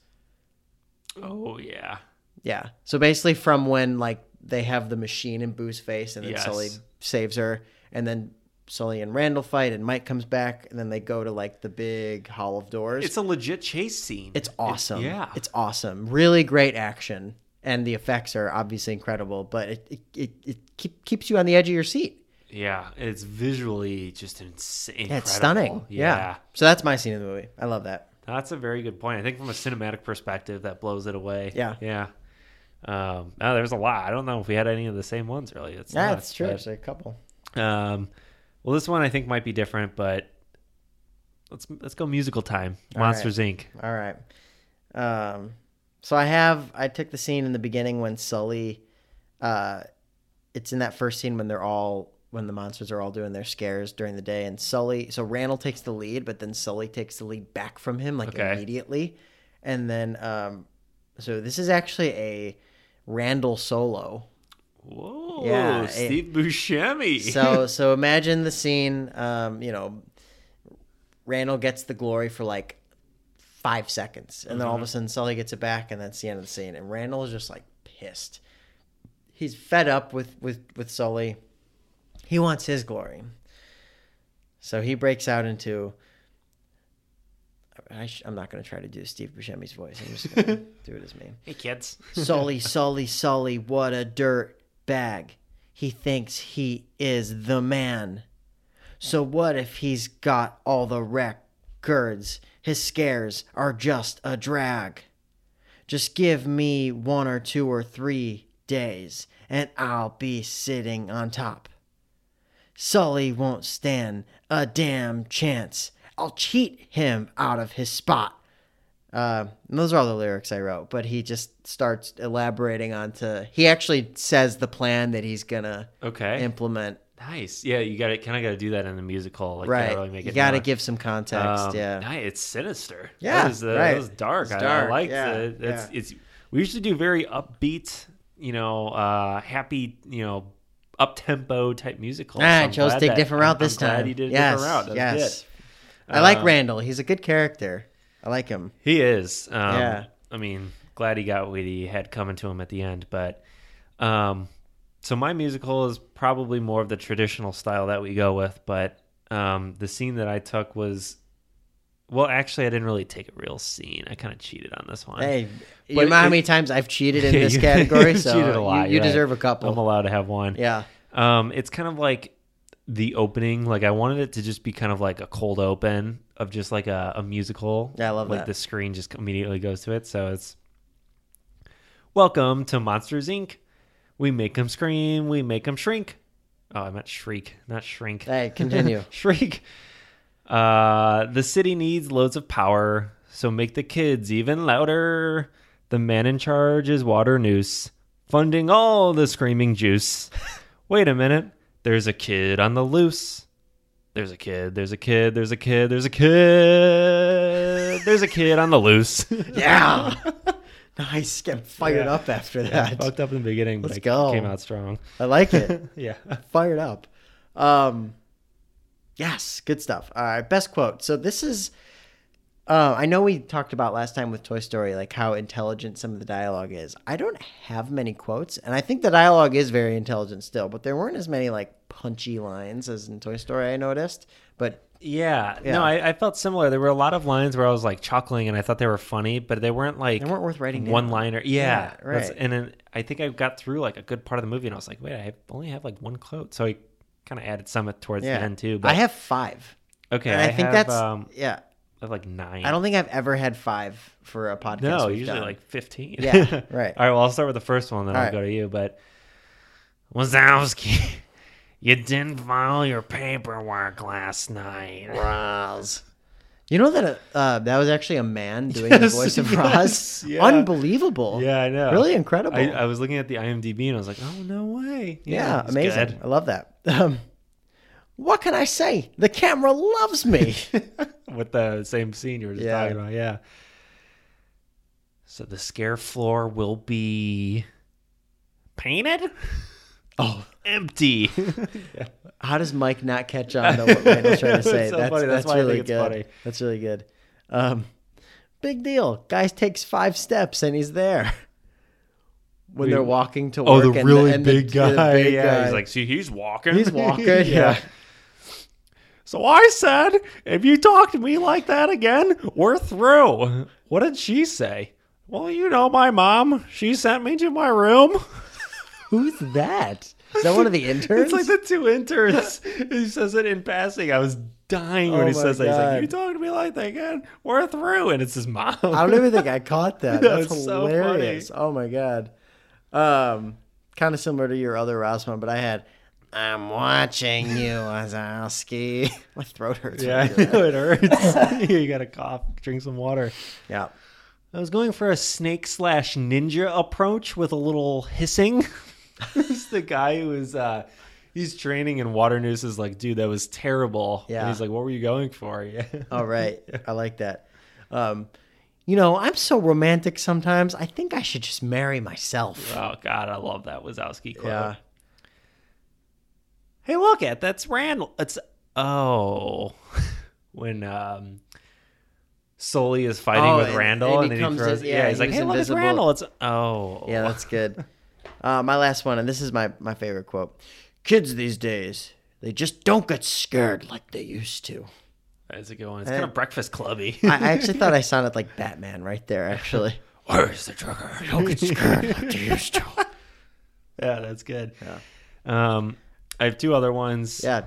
Speaker 2: Oh yeah.
Speaker 1: Yeah. So basically, from when like they have the machine in Boo's face, and then
Speaker 2: Yes.
Speaker 1: Sully saves her, and then Sully and Randall fight, and Mike comes back, and then they go to like the big Hall of Doors.
Speaker 2: It's a legit chase scene.
Speaker 1: It's awesome.
Speaker 2: yeah.
Speaker 1: It's awesome. Really great action. And the effects are obviously incredible, but it, it, it, it keep, keeps you on the edge of your seat.
Speaker 2: yeah. It's visually just insane.
Speaker 1: Yeah, it's stunning. Yeah. So that's my scene in the movie. I love that.
Speaker 2: That's a very good point. I think from a cinematic perspective, that blows it away.
Speaker 1: Yeah.
Speaker 2: Yeah. Um, oh, there's a lot. I don't know if we had any of the same ones really. It's
Speaker 1: Yeah,
Speaker 2: nuts,
Speaker 1: that's true.
Speaker 2: but-
Speaker 1: Actually, a couple.
Speaker 2: Um, well, this one I think might be different, but let's let's go musical time.
Speaker 1: All
Speaker 2: Monsters Inc.
Speaker 1: All right. Um, so I have I took the scene in the beginning when Sully, uh, it's in that first scene when they're all when the monsters are all doing their scares during the day, and Sully. So Randall takes the lead, but then Sully takes the lead back from him like
Speaker 2: Okay.
Speaker 1: immediately, and then um, so this is actually a Randall solo.
Speaker 2: Whoa,
Speaker 1: Yeah, it-
Speaker 2: Steve Buscemi.
Speaker 1: So so imagine the scene. Um, you know, Randall gets the glory for like five seconds, and then all of a sudden Sully gets it back, and that's the end of the scene. And Randall is just like pissed. He's fed up with with with Sully. He wants his glory. So he breaks out into. I sh- I'm not going to try to do Steve Buscemi's voice. I'm just going to do it as me.
Speaker 2: hey kids.
Speaker 1: Sully, Sully, Sully, what a dirt bag. He thinks he is the man. So what if he's got all the records? His scares are just a drag. Just give me one or two or three days, and I'll be sitting on top. Sully won't stand a damn chance. I'll cheat him out of his spot. Uh, and those are all the lyrics I wrote, but he just starts elaborating onto. He actually says the plan that he's gonna
Speaker 2: Okay.
Speaker 1: implement.
Speaker 2: nice. Yeah, you got to kind of got to do that in the musical. Like,
Speaker 1: Right,
Speaker 2: Gotta really make
Speaker 1: you
Speaker 2: it
Speaker 1: got to
Speaker 2: known.
Speaker 1: give some context.
Speaker 2: Um,
Speaker 1: yeah,
Speaker 2: nah, it's sinister.
Speaker 1: Yeah,
Speaker 2: that was, uh, that
Speaker 1: right.
Speaker 2: was dark.
Speaker 1: It's
Speaker 2: I- I,
Speaker 1: dark,
Speaker 2: liked
Speaker 1: yeah,
Speaker 2: it. It's, it's we usually do very upbeat, you know, uh, happy, you know, up tempo type musicals.
Speaker 1: Ah, I
Speaker 2: I'm
Speaker 1: chose
Speaker 2: glad
Speaker 1: to dig
Speaker 2: that-
Speaker 1: different route
Speaker 2: I'm-
Speaker 1: this
Speaker 2: I'm
Speaker 1: time.
Speaker 2: Glad you did a
Speaker 1: yes,
Speaker 2: different route. That was
Speaker 1: yes.
Speaker 2: good.
Speaker 1: I like
Speaker 2: Uh,
Speaker 1: Randall. He's a good character. I like him.
Speaker 2: He is. Um,
Speaker 1: Yeah.
Speaker 2: I mean, glad he got what he had coming to him at the end. But um, so my musical is probably more of the traditional style that we go with. But um, the scene that I took was, well, actually, I didn't really take a real scene. I kind of cheated on this one.
Speaker 1: Hey, you
Speaker 2: But
Speaker 1: know how
Speaker 2: it-
Speaker 1: many times I've cheated in
Speaker 2: Yeah,
Speaker 1: this
Speaker 2: you-
Speaker 1: category?
Speaker 2: you
Speaker 1: So
Speaker 2: cheated a
Speaker 1: you-
Speaker 2: lot,
Speaker 1: you,
Speaker 2: you're right.
Speaker 1: deserve a
Speaker 2: I'm
Speaker 1: couple.
Speaker 2: allowed to have one.
Speaker 1: yeah,
Speaker 2: Um, it's kind of like the opening. Like I wanted it to just be kind of like a cold open of just like a, a musical.
Speaker 1: Yeah, I love
Speaker 2: like
Speaker 1: that.
Speaker 2: the screen just immediately goes to it. So it's welcome to Monsters Inc. We make them scream. We make them shrink. Oh, I meant shriek, not shrink.
Speaker 1: Hey, continue.
Speaker 2: shriek. Uh, the city needs loads of power, so make the kids even louder. The man in charge is Water Noose, funding all the screaming juice. Wait a minute, there's a kid on the loose. There's a kid, there's a kid, there's a kid, there's a kid, there's a kid on the loose.
Speaker 1: yeah. nice. Getting fired
Speaker 2: Yeah.
Speaker 1: up after
Speaker 2: I
Speaker 1: that.
Speaker 2: fucked up in the beginning, but
Speaker 1: Let's
Speaker 2: I
Speaker 1: go.
Speaker 2: came out strong.
Speaker 1: I like it.
Speaker 2: Yeah.
Speaker 1: fired up. Um, yes, good stuff. All right, best quote. So this is, uh, I know we talked about last time with Toy Story, like how intelligent some of the dialogue is. I don't have many quotes, and I think the dialogue is very intelligent still, but there weren't as many like punchy lines as in Toy Story. I noticed, but
Speaker 2: Yeah.
Speaker 1: Yeah.
Speaker 2: No, I, I felt similar. There were a lot of lines where I was like chuckling and I thought they were funny, but they weren't like
Speaker 1: they weren't worth writing. down.
Speaker 2: one liner.
Speaker 1: Yeah,
Speaker 2: Yeah. that's-
Speaker 1: right.
Speaker 2: And then I think I got through like a good part of the movie and I was like, wait, I only have like one quote. So I kind of added some at- towards
Speaker 1: Yeah.
Speaker 2: the end too. But
Speaker 1: I have five.
Speaker 2: okay.
Speaker 1: and I, think
Speaker 2: have,
Speaker 1: that's
Speaker 2: um,
Speaker 1: yeah.
Speaker 2: I have like nine.
Speaker 1: I don't think I've ever had five for a podcast.
Speaker 2: no,
Speaker 1: we've
Speaker 2: usually
Speaker 1: done.
Speaker 2: like 15.
Speaker 1: Yeah, right.
Speaker 2: All right. Well, I'll start with the first one, then
Speaker 1: All
Speaker 2: I'll
Speaker 1: right.
Speaker 2: go to you. But Wazowski, you didn't file your paperwork last night.
Speaker 1: Roz. You know that uh, that was actually a man doing the
Speaker 2: Yes,
Speaker 1: voice of
Speaker 2: yes,
Speaker 1: Roz.
Speaker 2: yeah.
Speaker 1: Unbelievable.
Speaker 2: Yeah, I know.
Speaker 1: Really incredible.
Speaker 2: I, I was looking at the IMDb and I was like, oh no way!
Speaker 1: yeah,
Speaker 2: he's
Speaker 1: amazing.
Speaker 2: good.
Speaker 1: I love that. Um, what can I say? The camera loves me.
Speaker 2: With the same scene you were just
Speaker 1: Yeah.
Speaker 2: talking about, yeah. So the scare floor will be painted. Oh, empty.
Speaker 1: How does Mike not catch on to what Randall's trying to
Speaker 2: That's
Speaker 1: say?
Speaker 2: so
Speaker 1: that's,
Speaker 2: funny. That's
Speaker 1: that's
Speaker 2: why I think
Speaker 1: really
Speaker 2: it's
Speaker 1: good.
Speaker 2: funny.
Speaker 1: That's really good. Um, big deal. Guy takes five steps and he's there. When
Speaker 2: We-
Speaker 1: they're walking to
Speaker 2: Oh,
Speaker 1: work,
Speaker 2: the
Speaker 1: and
Speaker 2: really
Speaker 1: and
Speaker 2: big
Speaker 1: the
Speaker 2: guy.
Speaker 1: big
Speaker 2: yeah,
Speaker 1: guy.
Speaker 2: he's like, see, he's walking.
Speaker 1: He's walking, yeah.
Speaker 2: So I said, if you talk to me like that again, we're through. What did she say? Well, you know my mom. She sent me to my room.
Speaker 1: "Who's that? Is that one of the interns?"
Speaker 2: It's like the two interns. he says it in passing. I was dying
Speaker 1: Oh
Speaker 2: when he
Speaker 1: my
Speaker 2: says that. He's
Speaker 1: God.
Speaker 2: like, you talk to me like that again, we're through. And it's his mom.
Speaker 1: I don't even think I caught that.
Speaker 2: No,
Speaker 1: That's
Speaker 2: it's so
Speaker 1: hilarious. oh my god. Um, kind of similar to your other Rosman, but I had I'm watching you, Wazowski. My throat hurts. when I do
Speaker 2: Yeah, I
Speaker 1: that.
Speaker 2: know it hurts. you gotta cough, drink some water.
Speaker 1: yeah.
Speaker 2: I was going for a snake slash ninja approach with a little hissing. it's the guy who is uh he's training in water news is like, dude, that was terrible.
Speaker 1: Yeah. Oh.
Speaker 2: And he's like, What were you going for? Yeah.
Speaker 1: All right. I like that. Um, you know, I'm so romantic sometimes. I think I should just marry myself.
Speaker 2: Oh god, I love that Wazowski quote.
Speaker 1: Yeah.
Speaker 2: Hey, look at that's Randall. It's oh, when um, Sully is fighting
Speaker 1: Oh,
Speaker 2: with
Speaker 1: and-
Speaker 2: Randall,
Speaker 1: and
Speaker 2: and,
Speaker 1: he
Speaker 2: then he
Speaker 1: comes
Speaker 2: throws.
Speaker 1: in-
Speaker 2: yeah,
Speaker 1: yeah,
Speaker 2: he's
Speaker 1: he
Speaker 2: like,
Speaker 1: was
Speaker 2: hey, look, it's
Speaker 1: invisible."
Speaker 2: Randall. It's oh,
Speaker 1: Yeah, that's good. Uh, my last one, and this is my, my favorite quote. Kids these days, they just don't get scared like they used to.
Speaker 2: that's a good one. It's kind of Breakfast Clubby.
Speaker 1: I, I actually thought I sounded like Batman right there, actually.
Speaker 2: Where's the trucker?
Speaker 1: Don't get scared like they used to.
Speaker 2: yeah, that's good. Um, I have two other ones.
Speaker 1: Yeah.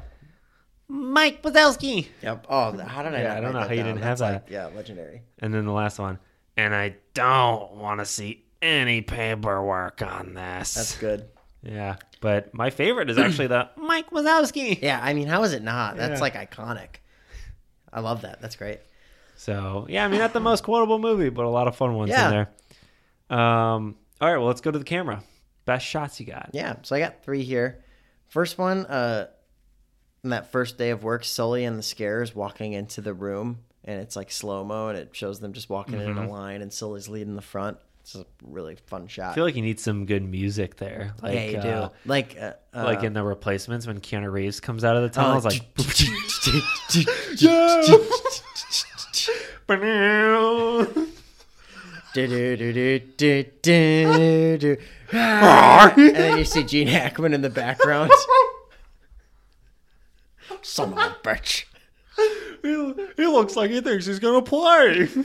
Speaker 2: Mike Wazowski,
Speaker 1: Yep. Oh, how did I?
Speaker 2: Yeah,
Speaker 1: not
Speaker 2: I
Speaker 1: write
Speaker 2: don't know
Speaker 1: that
Speaker 2: how you
Speaker 1: down?
Speaker 2: didn't
Speaker 1: That's
Speaker 2: have that.
Speaker 1: Like, yeah, legendary.
Speaker 2: and then the last one, and I don't want to see any paperwork on this.
Speaker 1: That's good.
Speaker 2: Yeah, but my favorite is actually the Mike Wazowski.
Speaker 1: Yeah, I mean, how is it not? That's
Speaker 2: Yeah.
Speaker 1: like iconic. I love that. That's great.
Speaker 2: So yeah, I mean not the most quotable movie, but a lot of fun ones
Speaker 1: Yeah.
Speaker 2: in there. Um, all right, well let's go to the camera. Best shots you got.
Speaker 1: Yeah, so I got three here. First one, uh, on that first day of work, Sully and the Scares walking into the room, and it's like slow mo, and it shows them just walking in
Speaker 2: Mm-hmm.
Speaker 1: a line, and Sully's leading the front. It's a really fun shot.
Speaker 2: I feel like you need some good music there. Like,
Speaker 1: yeah, you do.
Speaker 2: uh, uh,
Speaker 1: like, uh, uh,
Speaker 2: like in the replacements when Keanu Reeves comes out of the tunnel, it's like
Speaker 1: Do-do-do-do-do-do. and then you see Gene Hackman in the background. Son of a bitch.
Speaker 2: he, he looks like he thinks he's gonna play.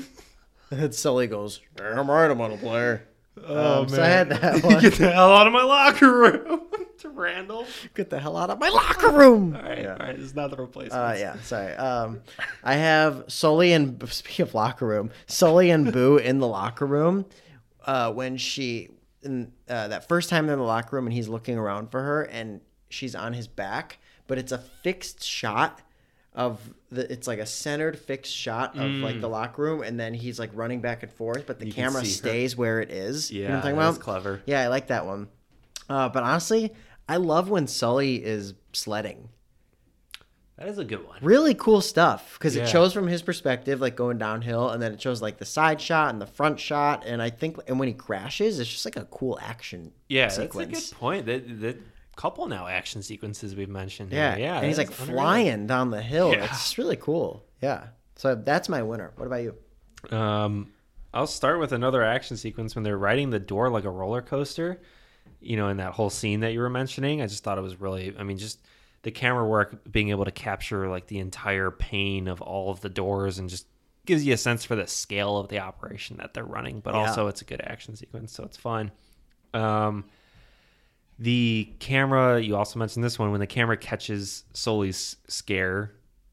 Speaker 1: And Sully goes, Damn right, I'm on a player.
Speaker 2: Oh
Speaker 1: Um, so I had that one.
Speaker 2: Get the hell out of my locker room to Randall.
Speaker 1: Get the hell out of my locker room.
Speaker 2: All right, all right, it's not the replacements.
Speaker 1: Uh, yeah, sorry. Um, I have Sully and speaking of locker room, Sully and Boo in the locker room uh, when she in, uh, that first time they're in the locker room and he's looking around for her and she's on his back, but it's a fixed shot of the it's like a centered fixed shot of like the locker room and then he's like running back and forth, but the
Speaker 2: Mm. can
Speaker 1: camera
Speaker 2: see her.
Speaker 1: stays where it is.
Speaker 2: yeah,
Speaker 1: you know what I'm talking
Speaker 2: that's
Speaker 1: about?
Speaker 2: clever.
Speaker 1: Yeah, I like that one. Uh, but honestly, I love when Sully is sledding
Speaker 2: That is a good one.
Speaker 1: really cool stuff because
Speaker 2: Yeah.
Speaker 1: it shows from his perspective, like going downhill, and then it shows like the side shot and the front shot. And I think, and when he crashes, it's just like a cool action
Speaker 2: yeah,
Speaker 1: sequence.
Speaker 2: That's a good point. The, the couple now action sequences we've mentioned.
Speaker 1: yeah,
Speaker 2: here. yeah.
Speaker 1: And he's
Speaker 2: that's
Speaker 1: like
Speaker 2: unreal.
Speaker 1: flying down the hill.
Speaker 2: Yeah.
Speaker 1: It's just really cool. Yeah. So that's my winner. What about you?
Speaker 2: Um, I'll start with another action sequence when they're riding the door like a roller coaster. You know, in that whole scene that you were mentioning, I just thought it was really. I mean, just the camera work being able to capture like the entire pain of all of the doors and just gives you a sense for the scale of the operation that they're running. But also, it's a good action sequence, so it's fun. Um, the camera you also mentioned this one when the camera catches Sully's scare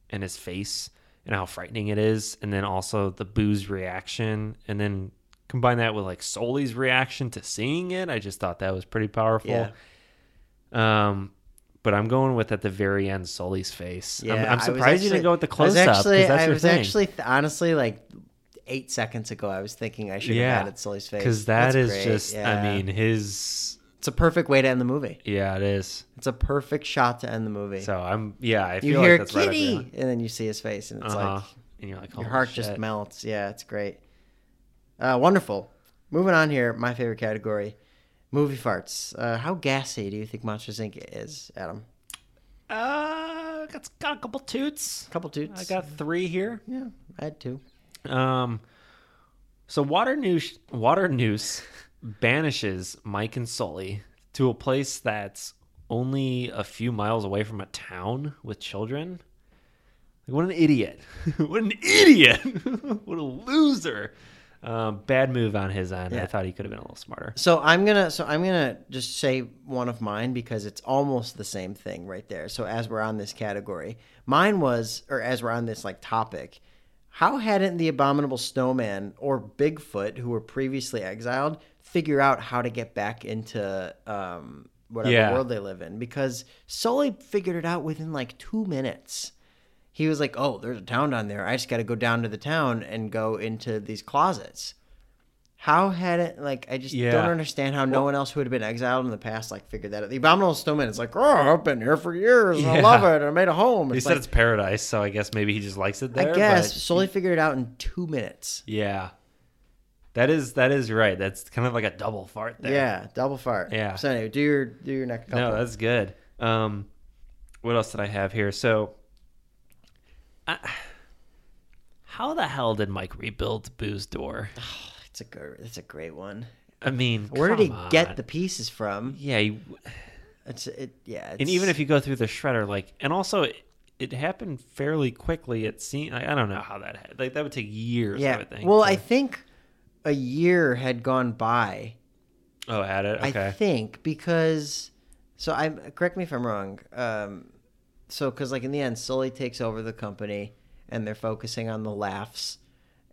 Speaker 2: and his face and how frightening it is and then also the boo's reaction and then combine that with like Sully's reaction to seeing it I just thought that was pretty powerful
Speaker 1: Yeah.
Speaker 2: um but I'm going with at the very end Sully's face I'm-
Speaker 1: I
Speaker 2: I'm,
Speaker 1: was
Speaker 2: surprised you
Speaker 1: actually-
Speaker 2: didn't go with the close
Speaker 1: I
Speaker 2: up
Speaker 1: was actually,
Speaker 2: that's
Speaker 1: I
Speaker 2: your
Speaker 1: was
Speaker 2: thing.
Speaker 1: actually th- honestly like eight seconds ago, I was thinking I should
Speaker 2: yeah
Speaker 1: have added Sully's face
Speaker 2: because
Speaker 1: That's
Speaker 2: that is
Speaker 1: great.
Speaker 2: just I
Speaker 1: Yeah.
Speaker 2: mean his
Speaker 1: it's a perfect way to end the movie.
Speaker 2: yeah it is
Speaker 1: It's a perfect shot to end the movie.
Speaker 2: so I'm yeah I feel
Speaker 1: you hear
Speaker 2: like that's right up your
Speaker 1: kitty,
Speaker 2: alley.
Speaker 1: and then you see his face, and it's
Speaker 2: Uh-huh.
Speaker 1: like
Speaker 2: and you're like,
Speaker 1: Your
Speaker 2: "Holy
Speaker 1: heart just
Speaker 2: shit."
Speaker 1: melts. Yeah, it's great. Uh, wonderful. Moving on here, my favorite category, movie farts. Uh, how gassy do you think Monsters Inc. is, Adam?
Speaker 2: Uh, got, got a couple toots.
Speaker 1: A couple toots.
Speaker 2: I got three here.
Speaker 1: Yeah, I had two.
Speaker 2: Um, so water noose, water noose, banishes Mike and Sully to a place that's only a few miles away from a town with children. Like, what an idiot! what an idiot! what a loser! Um, bad move on his end. I
Speaker 1: Yeah.
Speaker 2: thought he could have been a little smarter.
Speaker 1: So I'm gonna so I'm gonna just say one of mine because it's almost the same thing right there. So as we're on this category, mine was or as we're on this like topic, how hadn't the abominable snowman or Bigfoot, who were previously exiled, figure out how to get back into um, whatever
Speaker 2: Yeah.
Speaker 1: world they live in because Sully figured it out within like two minutes. He was like, "Oh, there's a town down there. I just got to go down to the town and go into these closets." How had it like? I just
Speaker 2: Yeah.
Speaker 1: don't understand how no one else who had been exiled in the past like figured that out. The Abominable Snowman is like, "Oh, I've been here for years. And I
Speaker 2: Yeah.
Speaker 1: love it. I made a home."
Speaker 2: He
Speaker 1: It's
Speaker 2: said
Speaker 1: like,
Speaker 2: it's paradise, so I guess maybe he just likes it there.
Speaker 1: I guess
Speaker 2: but-
Speaker 1: Sully figured it out in two minutes.
Speaker 2: yeah, that is that is right. That's kind of like a double fart there.
Speaker 1: Yeah, double fart.
Speaker 2: Yeah.
Speaker 1: So anyway, do your do your next couple.
Speaker 2: No, that's good. Um, what else did I have here? So, I, how the hell did Mike rebuild Boo's door?
Speaker 1: It's a good. It's a great one.
Speaker 2: I mean,
Speaker 1: Where did he
Speaker 2: come on.
Speaker 1: get the pieces from?
Speaker 2: Yeah, he,
Speaker 1: It's it. Yeah. It's,
Speaker 2: and even if you go through the shredder, like, and also it, it happened fairly quickly. It seemed like, I don't know how that had, like that would take years. I
Speaker 1: yeah.
Speaker 2: would think.
Speaker 1: well,
Speaker 2: to-
Speaker 1: I think a year had gone by.
Speaker 2: oh, add it.
Speaker 1: I
Speaker 2: Okay.
Speaker 1: think because so I am correct me if I'm wrong. Um, so because like in the end, Sully takes over the company and they're focusing on the laughs,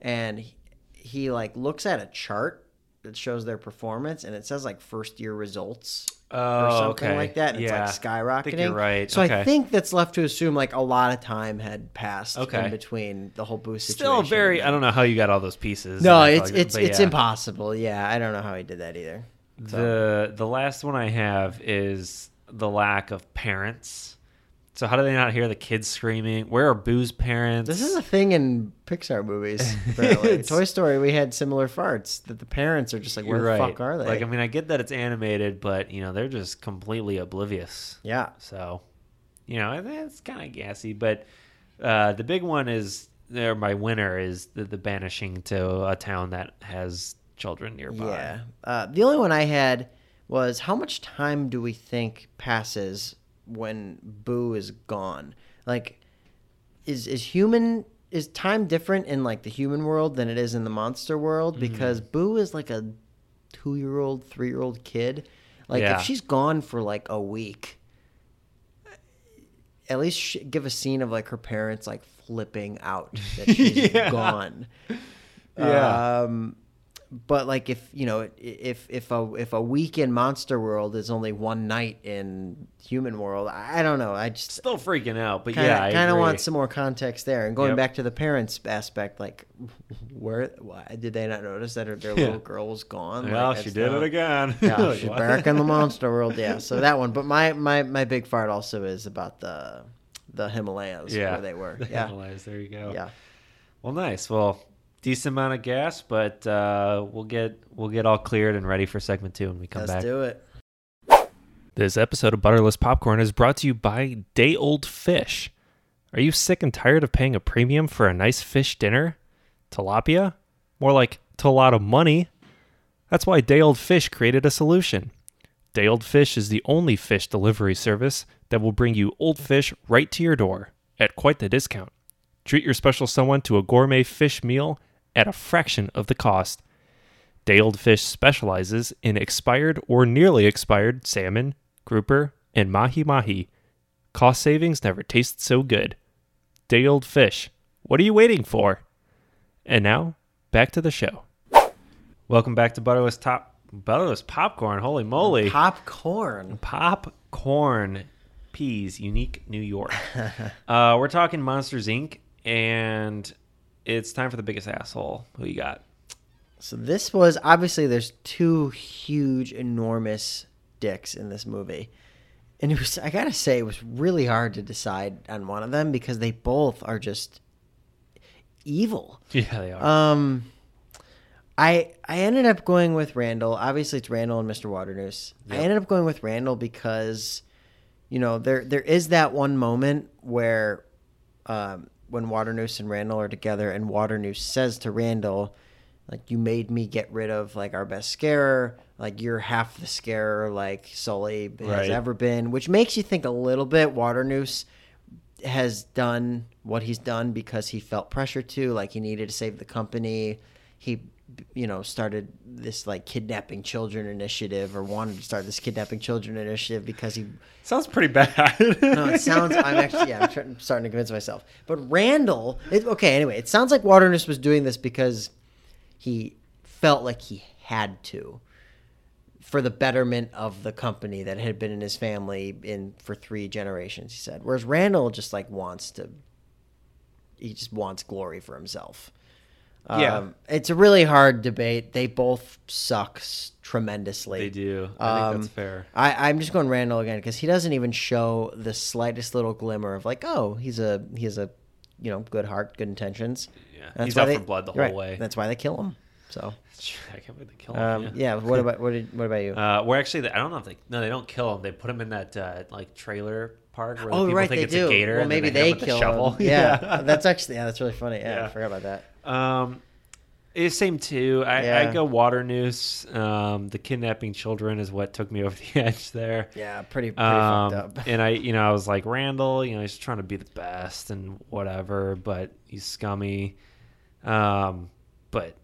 Speaker 1: and he, he like looks at a chart that shows their performance and it says like first year results or
Speaker 2: oh,
Speaker 1: something
Speaker 2: okay.
Speaker 1: like that. And
Speaker 2: yeah.
Speaker 1: It's like skyrocketing.
Speaker 2: think you're right.
Speaker 1: So I
Speaker 2: Okay.
Speaker 1: think that's left to assume like a lot of time had passed
Speaker 2: Okay.
Speaker 1: in between the whole boost situation.
Speaker 2: Still very.
Speaker 1: and-
Speaker 2: I don't know how you got all those pieces.
Speaker 1: no,
Speaker 2: and
Speaker 1: it's
Speaker 2: all that,
Speaker 1: it's
Speaker 2: but
Speaker 1: it's
Speaker 2: yeah.
Speaker 1: impossible. Yeah, I don't know how he did that either.
Speaker 2: The the last one I have is the lack of parents. So how do they not hear the kids screaming? Where are Boo's parents?
Speaker 1: This is a thing in Pixar movies. Apparently.
Speaker 2: It's-
Speaker 1: Toy Story, we had similar farts that the parents are just like,
Speaker 2: You're
Speaker 1: "Where
Speaker 2: right.
Speaker 1: the fuck are they?"
Speaker 2: Like I mean, I get that it's animated, but you know they're just completely oblivious.
Speaker 1: yeah,
Speaker 2: So, you know, and it's kind of gassy. But uh, the big one is there. My winner is the, the banishing to a town that has children nearby.
Speaker 1: yeah. Uh, the only one I had was how much time do we think passes when Boo is gone? Like, is is human is time different in like the human world than it is in the monster world?
Speaker 2: Mm-hmm.
Speaker 1: Because Boo is like a two year old, three year old kid. Like
Speaker 2: Yeah.
Speaker 1: if she's gone for like a week. at least sh- give a scene of like her parents like flipping out that she's
Speaker 2: Yeah.
Speaker 1: gone.
Speaker 2: Yeah.
Speaker 1: Um, but like if you know if if a if a week in Monster World is only one night in Human World, I I don't know. I just
Speaker 2: Still freaking out, but
Speaker 1: kind
Speaker 2: yeah, I
Speaker 1: of kind of
Speaker 2: agree.
Speaker 1: want some more context there. And going
Speaker 2: Yep.
Speaker 1: back to the parents aspect, like where why did they not notice that her, their
Speaker 2: Yeah.
Speaker 1: little girl was gone? Like,
Speaker 2: Well, she
Speaker 1: that's
Speaker 2: did
Speaker 1: not-
Speaker 2: it again.
Speaker 1: Yeah,
Speaker 2: Like,
Speaker 1: she's
Speaker 2: what?
Speaker 1: back in the monster world. Yeah, so that one. But my my my big fart also is about the the Himalayas
Speaker 2: yeah,
Speaker 1: where they were.
Speaker 2: The
Speaker 1: Yeah,
Speaker 2: Himalayas, there you go.
Speaker 1: yeah.
Speaker 2: Well, nice. Well, decent amount of gas, but uh, we'll get we'll get all cleared and ready for segment two when we come
Speaker 1: Let's
Speaker 2: back.
Speaker 1: do it.
Speaker 2: This episode of Butterless Popcorn is brought to you by Day Old Fish. Are you sick and tired of paying a premium for a nice fish dinner? Tilapia? More like to a lot of money. That's why Day Old Fish created a solution. Day Old Fish is the only fish delivery service that will bring you old fish right to your door at quite the discount. Treat your special someone to a gourmet fish meal at a fraction of the cost. Day Old Fish specializes in expired or nearly expired salmon, grouper, and mahi mahi. Cost savings never taste so good. Day Old Fish, what are you waiting for? And now, back to the show. Welcome back to Butterless Top Butterless Popcorn. Holy moly!
Speaker 1: Popcorn.
Speaker 2: Popcorn Peas, Unique New York. uh, we're talking Monsters Inc. and it's time for the biggest asshole. Who you got?
Speaker 1: So this was obviously there's two huge, enormous dicks in this movie, and it was I gotta say it was really hard to decide on one of them because they both are just evil.
Speaker 2: Yeah, they are.
Speaker 1: Um, I I ended up going with Randall. Obviously, it's Randall and Mr. Waternoose. I ended up going with Randall because, you know, there there is that one moment where, um, when Waternoose and Randall are together, and Waternoose says to Randall, like, "You made me get rid of like our best scarer. Like, you're half the scarer like Sully has
Speaker 2: Right.
Speaker 1: ever been," which makes you think a little bit. Waternoose has done what he's done because he felt pressure to like he needed to save the company he you know started this like kidnapping children initiative or wanted to start this kidnapping children initiative because he
Speaker 2: Sounds pretty bad.
Speaker 1: no it sounds i'm actually yeah i'm tr- starting to convince myself but randall it, okay anyway it sounds like waterness was doing this because he felt like he had to for the betterment of the company that had been in his family in for three generations. He said, whereas Randall just like wants to, he just wants glory for himself. Um,
Speaker 2: Yeah.
Speaker 1: it's a really hard debate. They both suck s- tremendously.
Speaker 2: They do. I think
Speaker 1: Um,
Speaker 2: that's fair.
Speaker 1: I, I'm just going Randall again because he doesn't even show the slightest little glimmer of like, oh, he's a he has a you know good heart, good intentions.
Speaker 2: Yeah,
Speaker 1: That's
Speaker 2: he's
Speaker 1: why
Speaker 2: out
Speaker 1: they-
Speaker 2: for blood the whole
Speaker 1: right.
Speaker 2: way.
Speaker 1: That's why they kill him. So
Speaker 2: I can't believe they kill him.
Speaker 1: um, yeah. What about what did, what about you?
Speaker 2: Uh, we're actually, I don't know if they, no, they don't kill him. They put him in that, uh, like, trailer park
Speaker 1: Oh,
Speaker 2: where the people think it's a gator.
Speaker 1: Well,
Speaker 2: and then
Speaker 1: maybe
Speaker 2: hit him
Speaker 1: they
Speaker 2: with the
Speaker 1: kill
Speaker 2: shovel.
Speaker 1: him. Yeah, that's actually yeah, that's really funny. Yeah,
Speaker 2: Yeah.
Speaker 1: I forgot about that.
Speaker 2: Um, it's same too. I, I
Speaker 1: Yeah.
Speaker 2: go water noose. Um, the kidnapping children is what took me over the edge there.
Speaker 1: Yeah, pretty pretty
Speaker 2: Um,
Speaker 1: fucked up.
Speaker 2: and I, you know, I was like Randall. You know, he's trying to be the best and whatever, but he's scummy. Um, but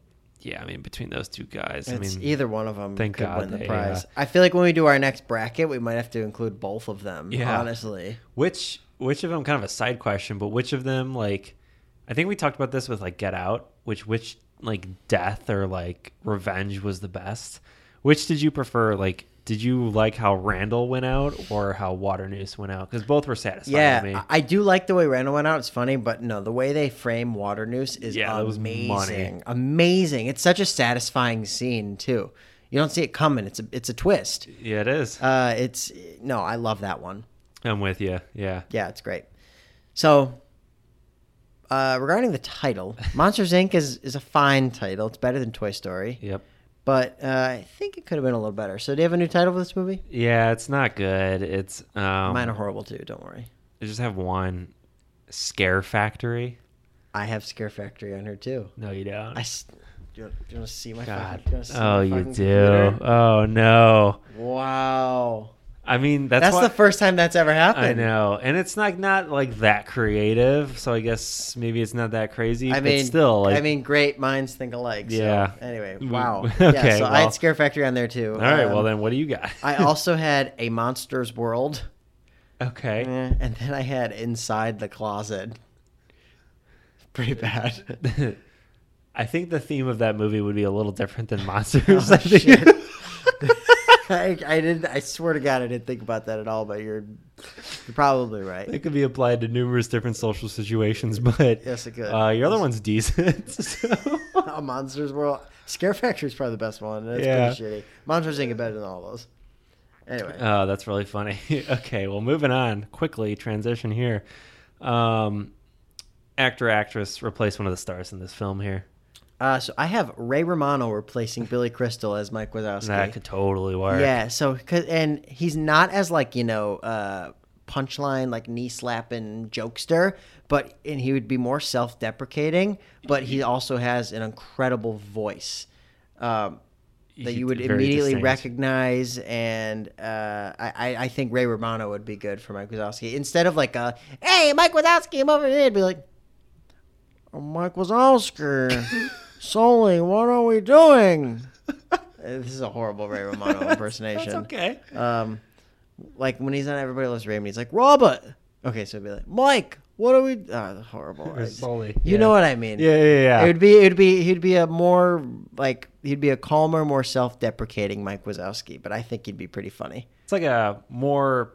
Speaker 2: yeah, I mean, between those two guys, I
Speaker 1: It's
Speaker 2: mean,
Speaker 1: either one of them
Speaker 2: thank
Speaker 1: could
Speaker 2: God
Speaker 1: win the
Speaker 2: they,
Speaker 1: prize.
Speaker 2: uh,
Speaker 1: I feel like when we do our next bracket, we might have to include both of them.
Speaker 2: Yeah.
Speaker 1: honestly.
Speaker 2: which which of them? Kind of a side question, but which of them? Like, I think we talked about this with like Get Out. Which which like death or like revenge was the best? Which did you prefer? Like. Did you like how Randall went out or how Water Noose went out? Because both were satisfying
Speaker 1: Yeah, Uh,
Speaker 2: to me.
Speaker 1: I I do like the way Randall went out. It's funny, but no, the way they frame Water Noose is
Speaker 2: Yeah, that was money.
Speaker 1: amazing. Amazing. It's such a satisfying scene too. You don't see it coming. It's a it's a twist.
Speaker 2: yeah, it is.
Speaker 1: Uh, it's no, I love that one.
Speaker 2: I'm with you. Yeah.
Speaker 1: Yeah, it's great. So, uh, regarding the title, Monsters Inc. is is a fine title. It's better than Toy Story,
Speaker 2: Yep.
Speaker 1: but uh, I think it could have been a little better. So, do you have a new title for this movie?
Speaker 2: Yeah, it's not good. It's um
Speaker 1: Mine are horrible too. Don't worry.
Speaker 2: I just have one scare factory.
Speaker 1: I have Scare Factory on here too.
Speaker 2: No, you don't.
Speaker 1: I s- do you, do you want to see my
Speaker 2: God.
Speaker 1: fucking? do you wanna see my
Speaker 2: Oh, you do.
Speaker 1: fucking computer?
Speaker 2: Oh no.
Speaker 1: Wow,
Speaker 2: I mean, that's,
Speaker 1: that's
Speaker 2: why-
Speaker 1: the first time that's ever happened.
Speaker 2: I know, and it's like not like that creative. So I guess maybe it's not that crazy.
Speaker 1: I
Speaker 2: but
Speaker 1: mean,
Speaker 2: still, like,
Speaker 1: I mean, great minds think alike. So.
Speaker 2: Yeah.
Speaker 1: Anyway,
Speaker 2: Mm,
Speaker 1: wow. yeah.
Speaker 2: okay,
Speaker 1: So I
Speaker 2: well.
Speaker 1: had Scare Factory on there too.
Speaker 2: all right. well,
Speaker 1: Um,
Speaker 2: then, what do you got?
Speaker 1: I also had a Monsters World, eh,
Speaker 2: okay.
Speaker 1: and then I had Inside the Closet. Pretty bad.
Speaker 2: I think the theme of that movie would be a little different than monsters.
Speaker 1: Oh,
Speaker 2: I think-
Speaker 1: shit. I, I didn't. I swear to God, I didn't think about that at all. But you're, you're probably
Speaker 2: It
Speaker 1: right.
Speaker 2: could be applied to numerous different social situations, but
Speaker 1: Yes, it could.
Speaker 2: Uh, your other one's decent. So.
Speaker 1: a Oh, Monsters World, Scare Factory is probably the best one. and It's pretty shitty. Monsters Inc. is better than all those. Anyway,
Speaker 2: Oh, that's really funny. okay, well, moving on quickly. Transition here. Um, actor actress replace one of the stars in this film here.
Speaker 1: uh, so I have Ray Romano replacing Billy Crystal as Mike Wazowski.
Speaker 2: That could totally work.
Speaker 1: Yeah, so 'cause- and he's not as like you know uh, punchline like knee slapping jokester, but and he would be more self deprecating, but he also has an incredible voice um, that
Speaker 2: He-
Speaker 1: you would
Speaker 2: very
Speaker 1: immediately
Speaker 2: distinct.
Speaker 1: recognize, and uh, I I I think Ray Romano would be good for Mike Wazowski instead of like a hey Mike Wazowski I'm over here, it'd be like oh, Mike Wazowski. Soli, what are we doing? Uh, This is a horrible Ray Romano impersonation.
Speaker 2: That's okay.
Speaker 1: Um, like when he's on Everybody Loves Raymond, he's like Robert. Okay, so it'd be like Mike. What are we? Oh, that's horrible. I just-
Speaker 2: Sully,
Speaker 1: You
Speaker 2: yeah.
Speaker 1: know what I mean?
Speaker 2: Yeah, yeah, yeah.
Speaker 1: It would be. It would be. He'd be a more like. He'd be a calmer, more self-deprecating Mike Wazowski. But I think he'd be pretty funny.
Speaker 2: it's like a more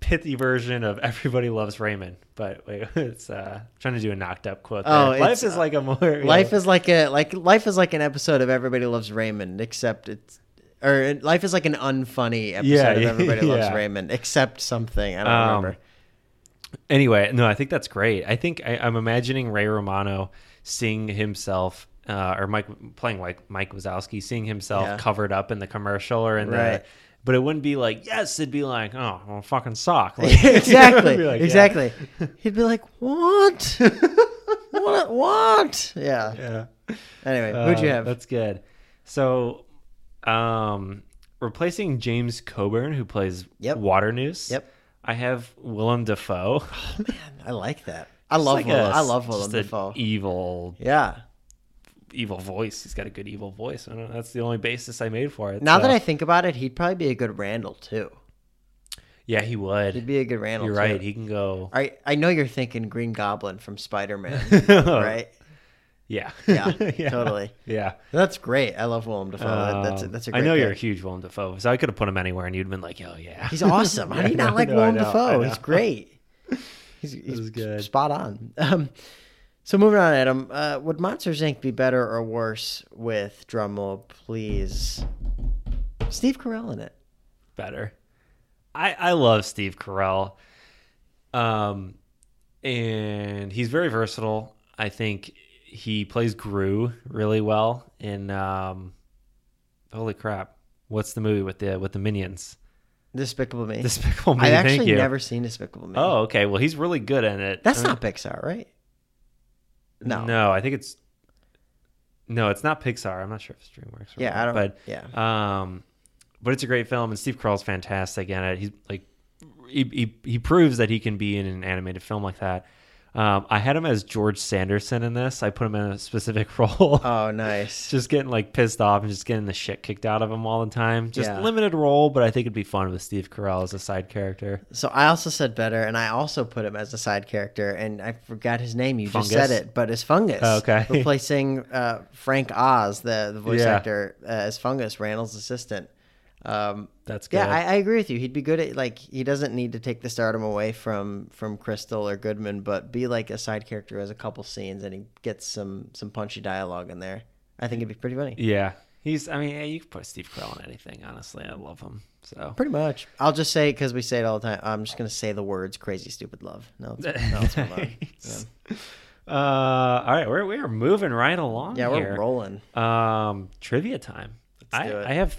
Speaker 2: pithy version of Everybody Loves Raymond, but wait, it's uh, trying to do a knocked up quote. There.
Speaker 1: Oh,
Speaker 2: life
Speaker 1: it's,
Speaker 2: is
Speaker 1: uh,
Speaker 2: like a more
Speaker 1: Life is like a like life is like an episode of Everybody Loves Raymond, except it's or life is like an unfunny episode
Speaker 2: Yeah,
Speaker 1: of Everybody Loves
Speaker 2: yeah.
Speaker 1: Raymond, except something I don't
Speaker 2: Um,
Speaker 1: remember.
Speaker 2: Anyway, no, I think that's great. I think I, I'm imagining Ray Romano seeing himself, uh, or Mike playing like Mike Wazowski, seeing himself
Speaker 1: Yeah.
Speaker 2: covered up in the commercial or in
Speaker 1: Right.
Speaker 2: the. But it wouldn't be like yes, it'd be like oh, well, fucking sock. Like, you know,
Speaker 1: exactly.
Speaker 2: it'd be like, yeah.
Speaker 1: exactly. He'd be like, "What? what? What?" Yeah.
Speaker 2: Yeah.
Speaker 1: Anyway, who'd you
Speaker 2: Uh,
Speaker 1: have?
Speaker 2: That's good. So, um, replacing James Coburn, who plays
Speaker 1: Yep.
Speaker 2: Water News.
Speaker 1: Yep.
Speaker 2: I have Willem Dafoe.
Speaker 1: Man, I like that. I love.
Speaker 2: Like
Speaker 1: Will-
Speaker 2: a- e-
Speaker 1: I love Willem
Speaker 2: just an
Speaker 1: Dafoe.
Speaker 2: Evil
Speaker 1: yeah.
Speaker 2: evil voice. He's got a good evil voice. I don't, that's the only basis I made for it.
Speaker 1: Now that
Speaker 2: so-
Speaker 1: I think about it, he'd probably be a good Randall too.
Speaker 2: yeah, he
Speaker 1: He'd
Speaker 2: would.
Speaker 1: be a good Randall.
Speaker 2: You're
Speaker 1: too.
Speaker 2: right. He can go.
Speaker 1: I I know you're thinking Green Goblin from Spider Man, right?
Speaker 2: Oh. Yeah.
Speaker 1: Yeah, totally.
Speaker 2: Yeah.
Speaker 1: That's great. I love Willem Dafoe. That- that's a,
Speaker 2: Um,
Speaker 1: that's a
Speaker 2: I
Speaker 1: great
Speaker 2: know
Speaker 1: pick.
Speaker 2: you're a huge Willem Dafoe, so I could have put him anywhere, and you'd been like, "Oh yeah,
Speaker 1: He's awesome. How do you
Speaker 2: Yeah,
Speaker 1: not
Speaker 2: I
Speaker 1: like
Speaker 2: know, I
Speaker 1: Willem
Speaker 2: know, I
Speaker 1: Dafoe? He's
Speaker 2: know.
Speaker 1: great. He's, he's
Speaker 2: was good.
Speaker 1: spot on. Um, so moving on, Adam. Uh, would Monsters Inc. be better or worse with drumroll, please? Steve Carell in it.
Speaker 2: better." I I love Steve Carell, um, and he's very versatile. I think he plays Gru really well. In um, holy crap, what's the movie with the with the minions?
Speaker 1: Despicable Me.
Speaker 2: Despicable Me.
Speaker 1: I've
Speaker 2: thank
Speaker 1: actually
Speaker 2: you.
Speaker 1: never seen Despicable Me.
Speaker 2: Oh, okay. Well, he's really good in it.
Speaker 1: that's
Speaker 2: Uh,
Speaker 1: not Pixar, right? No.
Speaker 2: No, I think it's no, it's not Pixar. I'm not sure if it's DreamWorks. Or
Speaker 1: Yeah, I
Speaker 2: not,
Speaker 1: don't. yeah,
Speaker 2: But um, but it's a great film, and Steve Carell's fantastic in it. He's like he, he he proves that he can be in an animated film like that. Um, I had him as George Sanderson in this. I put him in a specific role.
Speaker 1: Oh, nice.
Speaker 2: just getting like pissed off and just getting the shit kicked out of him all the time. Just
Speaker 1: Yeah.
Speaker 2: limited role, but I think it'd be fun with Steve Carell as a side character.
Speaker 1: So I also said better, and I also put him as a side character, and I forgot his name. You just
Speaker 2: Fungus?
Speaker 1: said it, but it's Fungus.
Speaker 2: Oh, okay.
Speaker 1: Replacing uh, Frank Oz, the, the voice
Speaker 2: Yeah.
Speaker 1: actor, uh, as Fungus, Randall's assistant. Um,
Speaker 2: That's good.
Speaker 1: yeah, I, I agree with you. He'd be good at like he doesn't need to take the stardom away from from Crystal or Goodman, but be like a side character who has a couple scenes and he gets some some punchy dialogue in there. I think it'd be pretty funny.
Speaker 2: yeah, he's. I mean, yeah, you could put Steve Carell in anything. Honestly, I love him. So
Speaker 1: Pretty much. I'll just say because we say it all the time. I'm just gonna say the words "crazy stupid love." No, it's, no, it's move on.
Speaker 2: Nice. Uh, all right, we're we're moving right along.
Speaker 1: Yeah, we're
Speaker 2: here.
Speaker 1: rolling.
Speaker 2: Um, trivia time. I
Speaker 1: do it.
Speaker 2: I have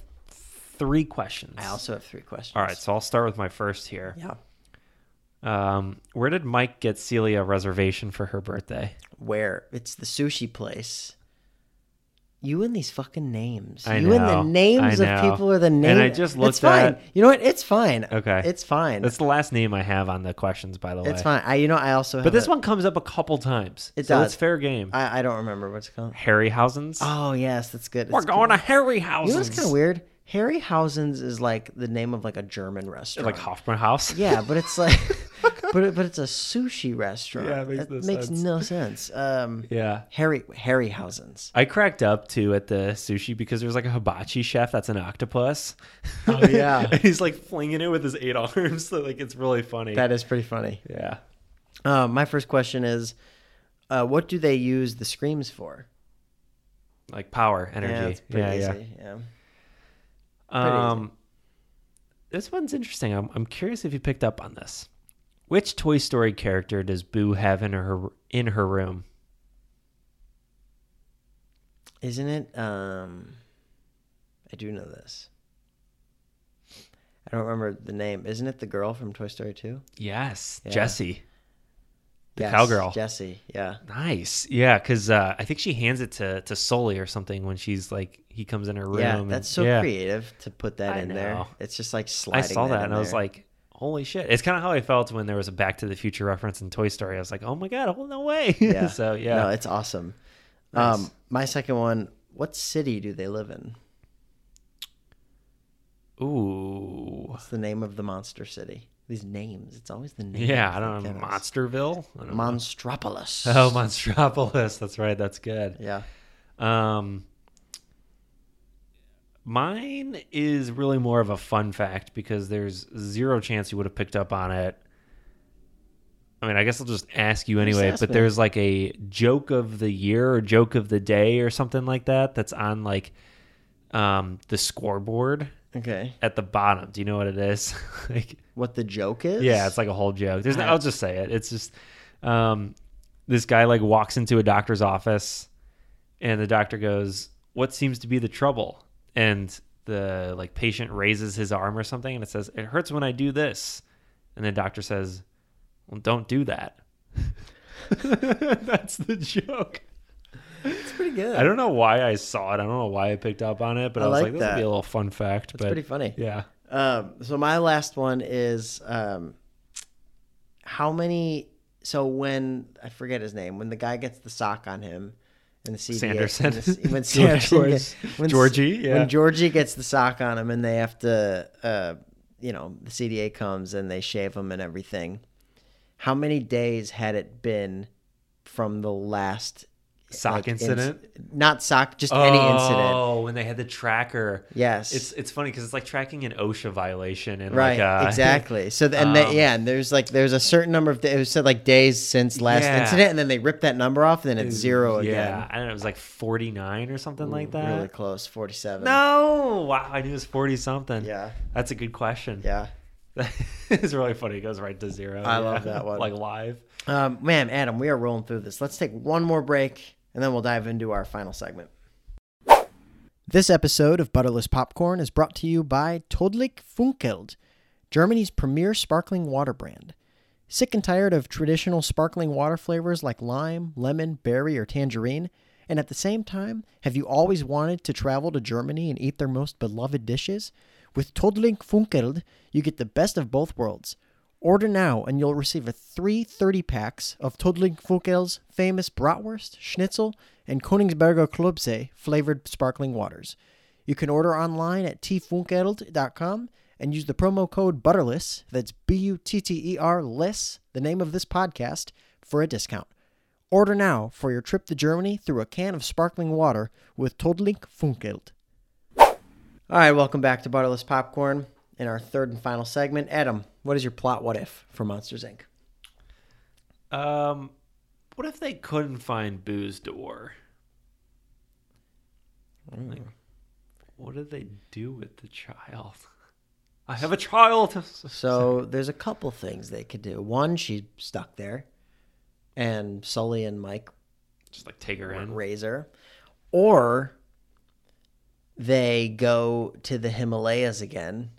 Speaker 2: three questions.
Speaker 1: I also have three questions.
Speaker 2: all right, so I'll start with my first here.
Speaker 1: Yeah.
Speaker 2: Um, where did Mike get Celia a reservation for her birthday?
Speaker 1: Where? It's the sushi place. You and these fucking names.
Speaker 2: I
Speaker 1: you and the
Speaker 2: know.
Speaker 1: names
Speaker 2: I
Speaker 1: of
Speaker 2: know.
Speaker 1: people are the
Speaker 2: And
Speaker 1: names.
Speaker 2: I just looked
Speaker 1: It's fine.
Speaker 2: at-
Speaker 1: You know what? It's fine.
Speaker 2: Okay.
Speaker 1: It's fine.
Speaker 2: That's the last name I have on the questions, by the way.
Speaker 1: it's fine. I. You know. I also. Have
Speaker 2: But this
Speaker 1: a-
Speaker 2: one comes up a couple times.
Speaker 1: It
Speaker 2: so
Speaker 1: does.
Speaker 2: It's fair game.
Speaker 1: I, I don't remember what's it called.
Speaker 2: Harryhausen's.
Speaker 1: Oh yes, that's good.
Speaker 2: we're
Speaker 1: That's
Speaker 2: going
Speaker 1: good.
Speaker 2: to Harryhausen's.
Speaker 1: You know what's kind of weird? Harryhausen's is like the name of like a German restaurant.
Speaker 2: Like Hoffman House.
Speaker 1: Yeah, but it's like, but it, but it's a sushi restaurant.
Speaker 2: Yeah, it makes
Speaker 1: that
Speaker 2: no
Speaker 1: makes
Speaker 2: sense.
Speaker 1: no sense. Um,
Speaker 2: Yeah.
Speaker 1: Harry Harryhausen's.
Speaker 2: I cracked up too at the sushi because there's like a hibachi chef that's an octopus.
Speaker 1: Oh, yeah.
Speaker 2: and he's like flinging it with his eight arms. So like it's really funny.
Speaker 1: That is pretty funny.
Speaker 2: yeah.
Speaker 1: Um, my first question is, uh, what do they use the screams for?
Speaker 2: Like power,
Speaker 1: Yeah,
Speaker 2: energy.
Speaker 1: it's pretty
Speaker 2: Yeah, yeah.
Speaker 1: easy. Yeah. pretty easy.
Speaker 2: Um This one's interesting. I'm I'm curious if you picked up on this. Which Toy Story character does Boo have in her in her room?
Speaker 1: Isn't it? Um, I do know this. I don't remember the name. Isn't it the girl from Toy Story Two?
Speaker 2: Yes,
Speaker 1: Yeah.
Speaker 2: Jessie. The cowgirl.
Speaker 1: Jessie. Yeah.
Speaker 2: Nice. Yeah, because uh, I think she hands it to to Sully or something when she's like he comes in her room.
Speaker 1: Yeah,
Speaker 2: and-
Speaker 1: that's so
Speaker 2: yeah.
Speaker 1: creative to put that
Speaker 2: I
Speaker 1: in there.
Speaker 2: know.
Speaker 1: It's just like
Speaker 2: I
Speaker 1: sliding.
Speaker 2: saw that,
Speaker 1: in
Speaker 2: and I was
Speaker 1: there.
Speaker 2: like, holy shit. It's kind of how I felt when there was a Back to the Future reference in Toy Story. I was like, oh my God, oh, no way.
Speaker 1: yeah.
Speaker 2: so, yeah.
Speaker 1: no, it's awesome. Um, my second one. What city do they live in?
Speaker 2: Ooh.
Speaker 1: What's the name of the monster city? These names. It's always the name.
Speaker 2: Yeah, I don't know. Monsterville? I don't know.
Speaker 1: Monstropolis.
Speaker 2: Oh, Monstropolis. That's right. That's good.
Speaker 1: yeah.
Speaker 2: Um, mine is really more of a fun fact because there's zero chance you would have picked up on it. I mean, I guess I'll just ask you anyway,
Speaker 1: ask
Speaker 2: but
Speaker 1: me.
Speaker 2: there's like a joke of the year or joke of the day or something like that that's on like um, the scoreboard
Speaker 1: Okay.
Speaker 2: at the bottom. Do you know what it is? like,
Speaker 1: What the joke is?
Speaker 2: yeah, it's like a whole joke. There's no, I'll just say it. It's just um, this guy like walks into a doctor's office, and the doctor goes, "What seems to be the trouble?" And the like patient raises his arm or something, and it says, "It hurts when I do this," and the doctor says, "Well, don't do that." That's the joke.
Speaker 1: it's pretty good.
Speaker 2: I don't know why I saw it. I don't know why I picked up on it, but
Speaker 1: I
Speaker 2: I,
Speaker 1: like
Speaker 2: was like, "This would
Speaker 1: that.
Speaker 2: be a little fun fact."
Speaker 1: It's
Speaker 2: but
Speaker 1: pretty funny.
Speaker 2: yeah,
Speaker 1: Um, so my last one is um, how many? So when I forget his name, when the guy gets the sock on him, and the CDA,
Speaker 2: Sanderson.
Speaker 1: and the- when
Speaker 2: George-
Speaker 1: Sanderson, get- when,
Speaker 2: Georgie, yeah.
Speaker 1: when Georgie gets the sock on him, and they have to, uh, you know, the CDA comes and they shave him and everything. How many days had it been from the last
Speaker 2: sock
Speaker 1: like, ins-
Speaker 2: incident.
Speaker 1: not sock, just any incident.
Speaker 2: Oh, when they had the tracker.
Speaker 1: Yes.
Speaker 2: It's it's funny because it's like tracking an OSHA violation and
Speaker 1: Right,
Speaker 2: like uh,
Speaker 1: exactly. So th- and they-
Speaker 2: um,
Speaker 1: yeah, and there's like there's a certain number of it was said like days since last
Speaker 2: Yeah.
Speaker 1: incident, and then they rip that number off, and then it's zero
Speaker 2: Yeah,
Speaker 1: again.
Speaker 2: I don't know. It was like forty nine or something like that.
Speaker 1: Really close, forty seven.
Speaker 2: No, wow, I knew it was forty something.
Speaker 1: Yeah.
Speaker 2: that's a good question.
Speaker 1: Yeah.
Speaker 2: it's really funny. It goes right to zero.
Speaker 1: I love that one.
Speaker 2: Like live.
Speaker 1: Um, man, Adam, we are rolling through this. Let's take one more break, and then we'll dive into our final segment. This episode of Butterless Popcorn is brought to you by Todlich Funkeld, Germany's premier sparkling water brand. Sick and tired of traditional sparkling water flavors like lime, lemon, berry, or tangerine? And at the same time, have you always wanted to travel to Germany and eat their most beloved dishes? With Todling Funkeld, you get the best of both worlds. Order now and you'll receive a three 30 packs of Todling Funkeld's famous Bratwurst, Schnitzel, and Königsberger Klubse flavored sparkling waters. You can order online at tfunkeld.com and use the promo code BUTTERLESS, that's B U T T E R less, the name of this podcast, for a discount. Order now for your trip to Germany through a can of sparkling water with Todlink Funkeld. All right, welcome back to Butterless Popcorn. In our third and final segment, Adam, what is your plot what if for Monsters Inc?
Speaker 2: Um, what if they couldn't find Boo's door? Like, what did they do with the child? I have a child.
Speaker 1: So there's a couple things they could do. One, she's stuck there, and Sully and Mike
Speaker 2: Just like take her in.
Speaker 1: razor or they go to the himalayas again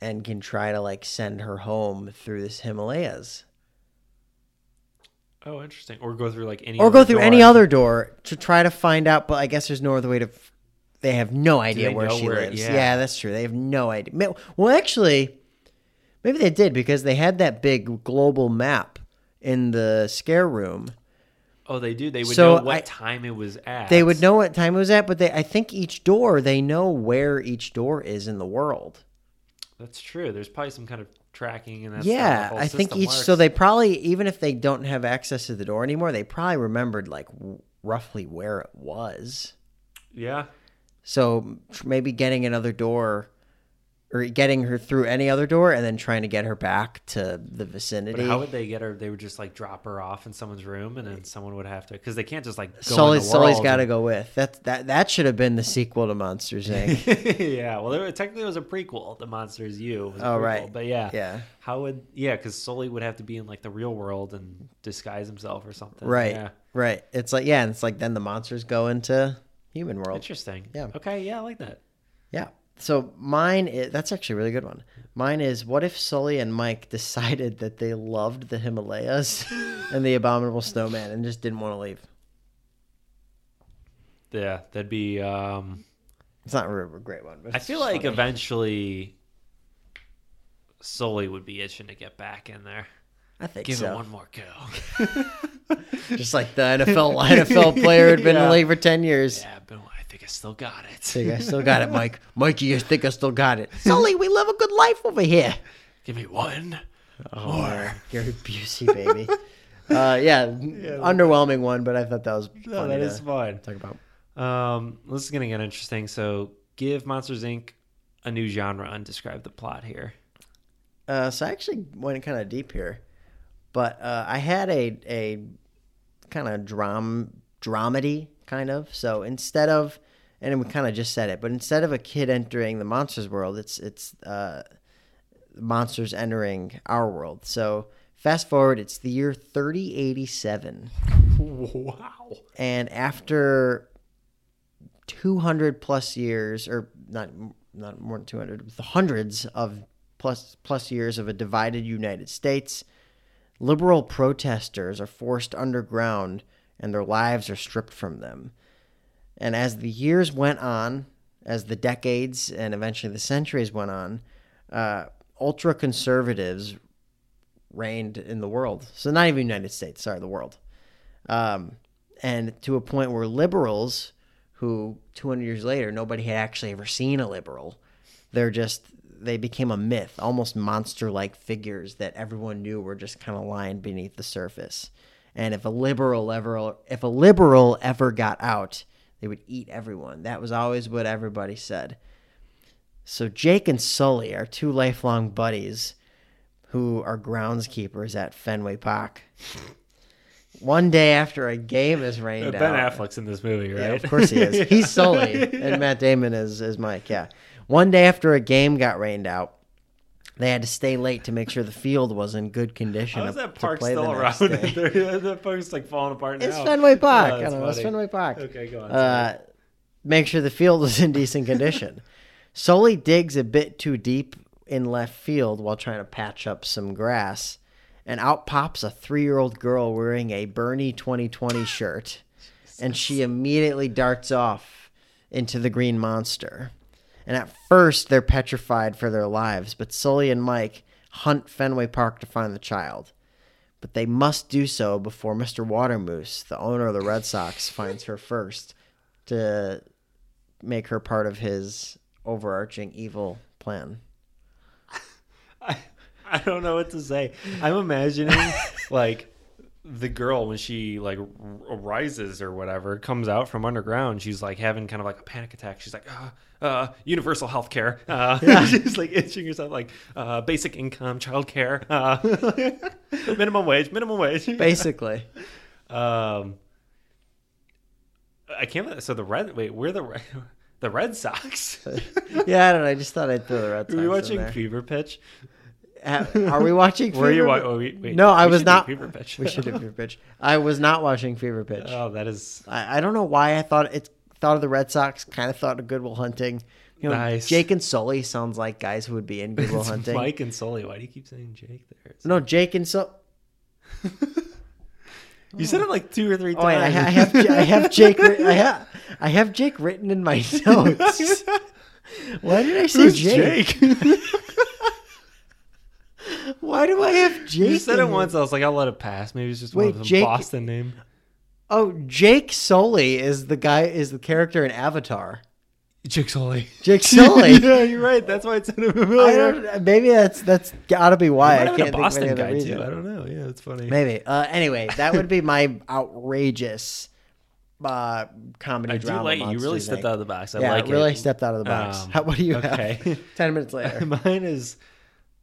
Speaker 1: and can try to like send her home through this himalayas
Speaker 2: Oh, interesting. Or go through like any.
Speaker 1: or go
Speaker 2: other
Speaker 1: through
Speaker 2: door.
Speaker 1: any other door to try to find out but i guess there's no other way to f- they have no idea
Speaker 2: they
Speaker 1: where
Speaker 2: know
Speaker 1: she
Speaker 2: where-
Speaker 1: lives
Speaker 2: yeah.
Speaker 1: yeah. that's true they have no idea Ma- well actually maybe they did because they had that big global map in the scare room
Speaker 2: Oh, they do. They would
Speaker 1: So
Speaker 2: know what
Speaker 1: I-
Speaker 2: time it was at.
Speaker 1: They would know what time it was at, but they I think each door they know where each door is in the world.
Speaker 2: That's true. There's probably some kind of tracking and that's
Speaker 1: yeah,
Speaker 2: how the whole
Speaker 1: I think
Speaker 2: system
Speaker 1: each
Speaker 2: works.
Speaker 1: so they probably even if they don't have access to the door anymore, they probably remembered like w- roughly where it was.
Speaker 2: Yeah.
Speaker 1: So tr- maybe getting another door or getting her through any other door and then trying to get her back to the
Speaker 2: But
Speaker 1: vicinity.
Speaker 2: how would they get her? They would just like drop her off in someone's room, and then someone would have to because they can't just like. Go
Speaker 1: Sully,
Speaker 2: in the
Speaker 1: Sully's
Speaker 2: world
Speaker 1: got to go with that. That that should have been the sequel to Monsters Inc.
Speaker 2: yeah, well, there, were- technically it was a prequel. The monster is you. was a
Speaker 1: Oh,
Speaker 2: prequel,
Speaker 1: right.
Speaker 2: But yeah,
Speaker 1: Yeah.
Speaker 2: How would yeah? Because Sully would have to be in like the real world and disguise himself or something.
Speaker 1: Right.
Speaker 2: Yeah.
Speaker 1: Right. It's like yeah, and it's like then the monsters go into human world.
Speaker 2: Interesting.
Speaker 1: Yeah.
Speaker 2: Okay. Yeah, I like that.
Speaker 1: Yeah. So mine is that's actually a really good one. Mine is what if Sully and Mike decided that they loved the Himalayas and the abominable snowman and just didn't want to leave.
Speaker 2: Yeah, that'd be. um
Speaker 1: It's not a re- great one, but
Speaker 2: I
Speaker 1: it's
Speaker 2: feel
Speaker 1: just
Speaker 2: like
Speaker 1: funny.
Speaker 2: eventually Sully would be itching to get back in there.
Speaker 1: I think
Speaker 2: Give it
Speaker 1: so.
Speaker 2: one more go.
Speaker 1: Just like the NFL NFL player had been in
Speaker 2: Yeah.
Speaker 1: the league for ten years.
Speaker 2: yeah, but I think I still got it.
Speaker 1: Think I still got it, Mike. Mikey, you think I still got it? Sully, we live a good life over here.
Speaker 2: Give me one.
Speaker 1: Yeah, Gary Busey, baby. uh, yeah, underwhelming one, but I thought that was funny
Speaker 2: No, that is
Speaker 1: to
Speaker 2: fun.
Speaker 1: talk about.
Speaker 2: Um, this is gonna get interesting. So, give Monsters Inc. a new genre and describe the plot here.
Speaker 1: Uh, so I actually went kind of deep here, but uh, I had a a kind of dram dramedy kind of. So instead of, and we kind of just said it, but instead of a kid entering the monsters world, it's it's uh, monsters entering our world. So fast forward, it's the year thirty eighty seven.
Speaker 2: Wow.
Speaker 1: and after 200 plus years or not not more than 200 the hundreds of plus plus years of a divided united states liberal protesters are forced underground and their lives are stripped from them and as the years went on as the decades and eventually the centuries went on uh, ultra conservatives reigned in the world so not even united states sorry the world um, and to a point where liberals, who 200 years later nobody had actually ever seen a liberal, they're just they became a myth, almost monster-like figures that everyone knew were just kind of lying beneath the surface. And if a liberal ever if a liberal ever got out, they would eat everyone. That was always what everybody said. So Jake and Sully are two lifelong buddies who are groundskeepers at Fenway Park. One day after a game is rained
Speaker 2: Ben
Speaker 1: out.
Speaker 2: Affleck's in this movie, right?
Speaker 1: Yeah, of course he is. He's Sully,
Speaker 2: Yeah.
Speaker 1: and Matt Damon is is Mike. Yeah. One day after a game got rained out, they had to stay late to make sure the field was in good condition.
Speaker 2: How is
Speaker 1: to-
Speaker 2: that
Speaker 1: to
Speaker 2: park
Speaker 1: play the
Speaker 2: still around?
Speaker 1: next day.
Speaker 2: that park's like falling apart now.
Speaker 1: It's Fenway Park.
Speaker 2: Oh,
Speaker 1: I
Speaker 2: that's
Speaker 1: don't know. It's
Speaker 2: funny.
Speaker 1: Fenway Park.
Speaker 2: Okay, go on.
Speaker 1: Uh, make sure the field was in decent condition. Sully digs a bit too deep in left field while trying to patch up some grass, and out pops a three-year-old girl wearing a Bernie 2020 shirt, and she immediately darts off into the green monster. And at first, they're petrified for their lives, but Sully and Mike hunt Fenway Park to find the child but they must do so before Mr. Watermoose, the owner of the Red Sox, finds her first to make her part of his overarching evil plan.
Speaker 2: I, I don't know what to say. I'm imagining like the girl when she like r- rises or whatever comes out from underground. She's like having kind of like a panic attack. She's like, uh, uh, universal health care. Uh, she's like itching herself, like uh, basic income, child care, uh, minimum wage, minimum wage.
Speaker 1: Basically,
Speaker 2: Um, I can't. So the red. Wait, we're the Red- the Red Sox.
Speaker 1: yeah, I don't know. I just thought I'd throw the Red Sox.
Speaker 2: Are we watching
Speaker 1: In there.
Speaker 2: Fever Pitch?
Speaker 1: Ha- Are we watching?
Speaker 2: Were you? wa-
Speaker 1: Fever?
Speaker 2: Oh, wait, wait.
Speaker 1: No, I
Speaker 2: We
Speaker 1: was
Speaker 2: should do
Speaker 1: not.
Speaker 2: Fever Pitch.
Speaker 1: We should do Fever Pitch. I was not watching Fever Pitch.
Speaker 2: Oh, that is
Speaker 1: I, I don't know why I thought it thought of the Red Sox. Kind of thought of Goodwill Hunting. You know,
Speaker 2: Nice.
Speaker 1: Jake and Sully sounds like guys who would be in Goodwill
Speaker 2: it's
Speaker 1: Hunting.
Speaker 2: Mike and Sully. Why do you keep saying Jake there?
Speaker 1: No, Jake and Sully.
Speaker 2: You said it like two or three
Speaker 1: Oh, wait, I,
Speaker 2: times.
Speaker 1: ha- I have I have Jake writ- I have I have Jake written in my notes. Why did I say
Speaker 2: Who's
Speaker 1: Jake?
Speaker 2: Jake?
Speaker 1: Why do I have Jake?
Speaker 2: you said
Speaker 1: in
Speaker 2: it
Speaker 1: here?
Speaker 2: once. I was like, I'll let it pass. Maybe it's just
Speaker 1: Wait,
Speaker 2: one of some
Speaker 1: Jake-
Speaker 2: Boston name.
Speaker 1: Oh, Jake Sully is the guy is the character in Avatar.
Speaker 2: Jake Sully.
Speaker 1: Jake Sully.
Speaker 2: yeah, you're right. That's why it sounded
Speaker 1: I
Speaker 2: familiar.
Speaker 1: don't. Maybe that's that's got to be why I
Speaker 2: Might have
Speaker 1: can't
Speaker 2: been
Speaker 1: think
Speaker 2: a Boston
Speaker 1: of any other
Speaker 2: guy
Speaker 1: reason.
Speaker 2: too. I don't know. Yeah, it's funny.
Speaker 1: Maybe. Uh, anyway, that would be my outrageous uh, comedy
Speaker 2: I do
Speaker 1: drama.
Speaker 2: like you really
Speaker 1: Monsters,
Speaker 2: stepped
Speaker 1: Inc.
Speaker 2: out of the box. I
Speaker 1: yeah,
Speaker 2: like
Speaker 1: really
Speaker 2: it.
Speaker 1: stepped out of the box.
Speaker 2: Um,
Speaker 1: How, what do you
Speaker 2: okay.
Speaker 1: have? Ten minutes later,
Speaker 2: Mine is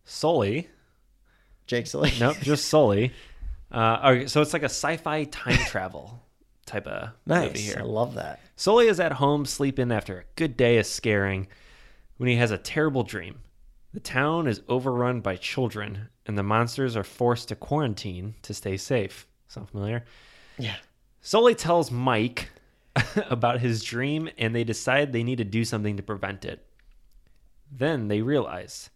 Speaker 2: Sully.
Speaker 1: Jake Sully.
Speaker 2: Nope, just Sully. Uh, okay, so it's like a sci-fi time travel type of movie
Speaker 1: Nice. I
Speaker 2: here.
Speaker 1: love that.
Speaker 2: Sully is at home sleeping after a good day of scaring when he has a terrible dream. The town is overrun by children, and the monsters are forced to quarantine to stay safe. Sound familiar?
Speaker 1: Yeah.
Speaker 2: Sully tells Mike about his dream, and they decide they need to do something to prevent it. Then they realize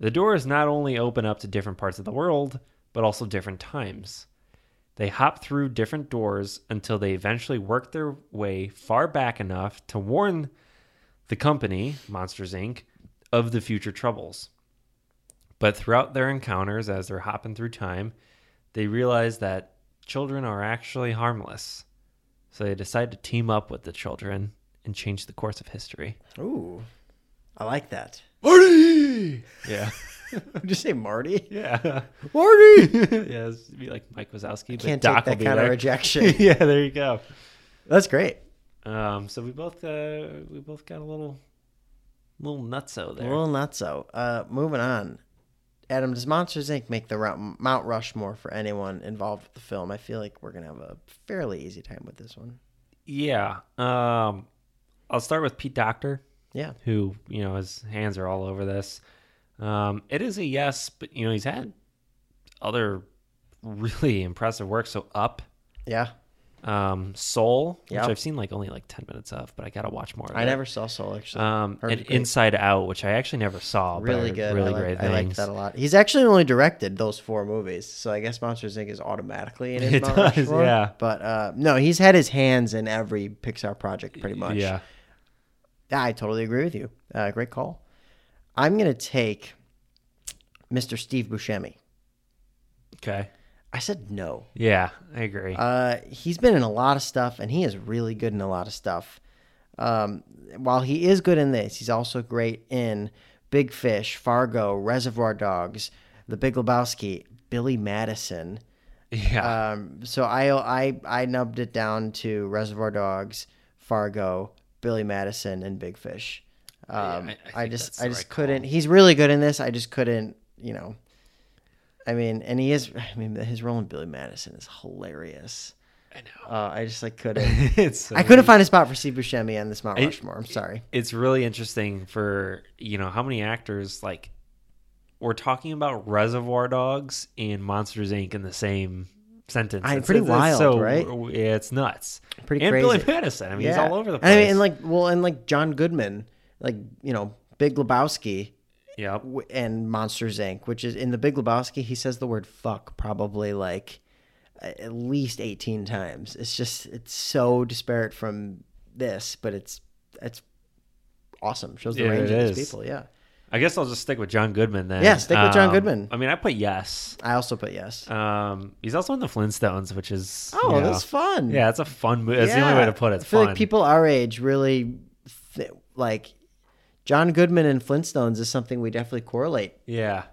Speaker 2: the doors not only open up to different parts of the world, but also different times. They hop through different doors until they eventually work their way far back enough to warn the company, Monsters Inc., of the future troubles. But throughout their encounters, as they're hopping through time, they realize that children are actually harmless. So they decide to team up with the children and change the course of history.
Speaker 1: Ooh, I like that.
Speaker 2: Marty! Yeah.
Speaker 1: Did you say Marty?
Speaker 2: Yeah.
Speaker 1: Marty.
Speaker 2: yeah, this would be like Mike Wazowski, but
Speaker 1: Can't
Speaker 2: Doc will
Speaker 1: take that
Speaker 2: be
Speaker 1: kind of
Speaker 2: there.
Speaker 1: rejection.
Speaker 2: yeah, there you go.
Speaker 1: That's great.
Speaker 2: Um, so we both uh, we both got a little little nutso
Speaker 1: A
Speaker 2: there.
Speaker 1: little not so. Uh, moving on. Adam, does Monsters Inc. make the Rou- Mount Rushmore for anyone involved with the film? I feel like we're gonna have a fairly easy time with this one.
Speaker 2: yeah. Um, I'll start with Pete Doctor.
Speaker 1: Yeah.
Speaker 2: who you know his hands are all over this. Um, it is a yes, but you know he's had other really impressive work. So up,
Speaker 1: Yeah.
Speaker 2: um, Soul, which
Speaker 1: Yep.
Speaker 2: I've seen like only like ten minutes of, but I gotta watch more. Of
Speaker 1: I
Speaker 2: it.
Speaker 1: never saw Soul actually.
Speaker 2: Um,
Speaker 1: Heard
Speaker 2: and
Speaker 1: it's great.
Speaker 2: Inside Out, which I actually never saw. but I
Speaker 1: really
Speaker 2: heard
Speaker 1: good.
Speaker 2: really
Speaker 1: I like,
Speaker 2: great
Speaker 1: I like
Speaker 2: things.
Speaker 1: that a lot. He's actually only directed those four movies, so I guess Monsters Inc. is automatically in his
Speaker 2: It
Speaker 1: Mount
Speaker 2: does,
Speaker 1: Rushmore.
Speaker 2: yeah.
Speaker 1: But uh, no, he's had his hands in every Pixar project pretty much.
Speaker 2: Yeah,
Speaker 1: Yeah, I totally agree with you. Uh, great call. I'm gonna take Mr. Steve Buscemi.
Speaker 2: okay,
Speaker 1: I said no.
Speaker 2: yeah, I agree.
Speaker 1: Uh, he's been in a lot of stuff, and he is really good in a lot of stuff. Um, while he is good in this, he's also great in Big Fish, Fargo, Reservoir Dogs, The Big Lebowski, Billy Madison,
Speaker 2: Yeah.
Speaker 1: Um, so I I I nubbed it down to Reservoir Dogs, Fargo, Billy Madison, and Big Fish. Um,
Speaker 2: I- I
Speaker 1: I,
Speaker 2: think that's
Speaker 1: just
Speaker 2: the
Speaker 1: I just
Speaker 2: right
Speaker 1: couldn't. He's really good in this. I just couldn't. You know, I mean, and he is. I mean, his role in Billy Madison is hilarious.
Speaker 2: I know.
Speaker 1: Uh, I just like couldn't.
Speaker 2: it's so
Speaker 1: I couldn't find a spot for Steve Buscemi on this Mount Rushmore. I'm sorry.
Speaker 2: it's really interesting for you know how many actors like we're talking about Reservoir Dogs and Monsters Inc. in the same sentence.
Speaker 1: I- pretty wild,
Speaker 2: so,
Speaker 1: right?
Speaker 2: It's nuts.
Speaker 1: Pretty
Speaker 2: and
Speaker 1: crazy.
Speaker 2: Billy Madison. I mean, he's all over the place.
Speaker 1: And I mean, and like, well, and like John Goodman, like you know, Big Lebowski.
Speaker 2: yep.
Speaker 1: w- and Monsters Inc., which is in the Big Lebowski, he says the word fuck probably like a- at least 18 times. It's just, it's so disparate from this, but it's, it's awesome. Shows the
Speaker 2: Yeah,
Speaker 1: range
Speaker 2: it
Speaker 1: of these
Speaker 2: is.
Speaker 1: people. Yeah.
Speaker 2: I guess I'll just stick with John Goodman then. Um,
Speaker 1: Yeah, stick with John Goodman.
Speaker 2: I mean, I put yes.
Speaker 1: I also put yes.
Speaker 2: Um, he's also in the Flintstones, which is
Speaker 1: oh,
Speaker 2: you know,
Speaker 1: that's fun.
Speaker 2: yeah, it's a fun movie. That's the only
Speaker 1: Yeah.
Speaker 2: way to put it. It's
Speaker 1: I feel
Speaker 2: fun.
Speaker 1: like people our age really th- like John Goodman and Flintstones is something we definitely correlate.
Speaker 2: Yeah.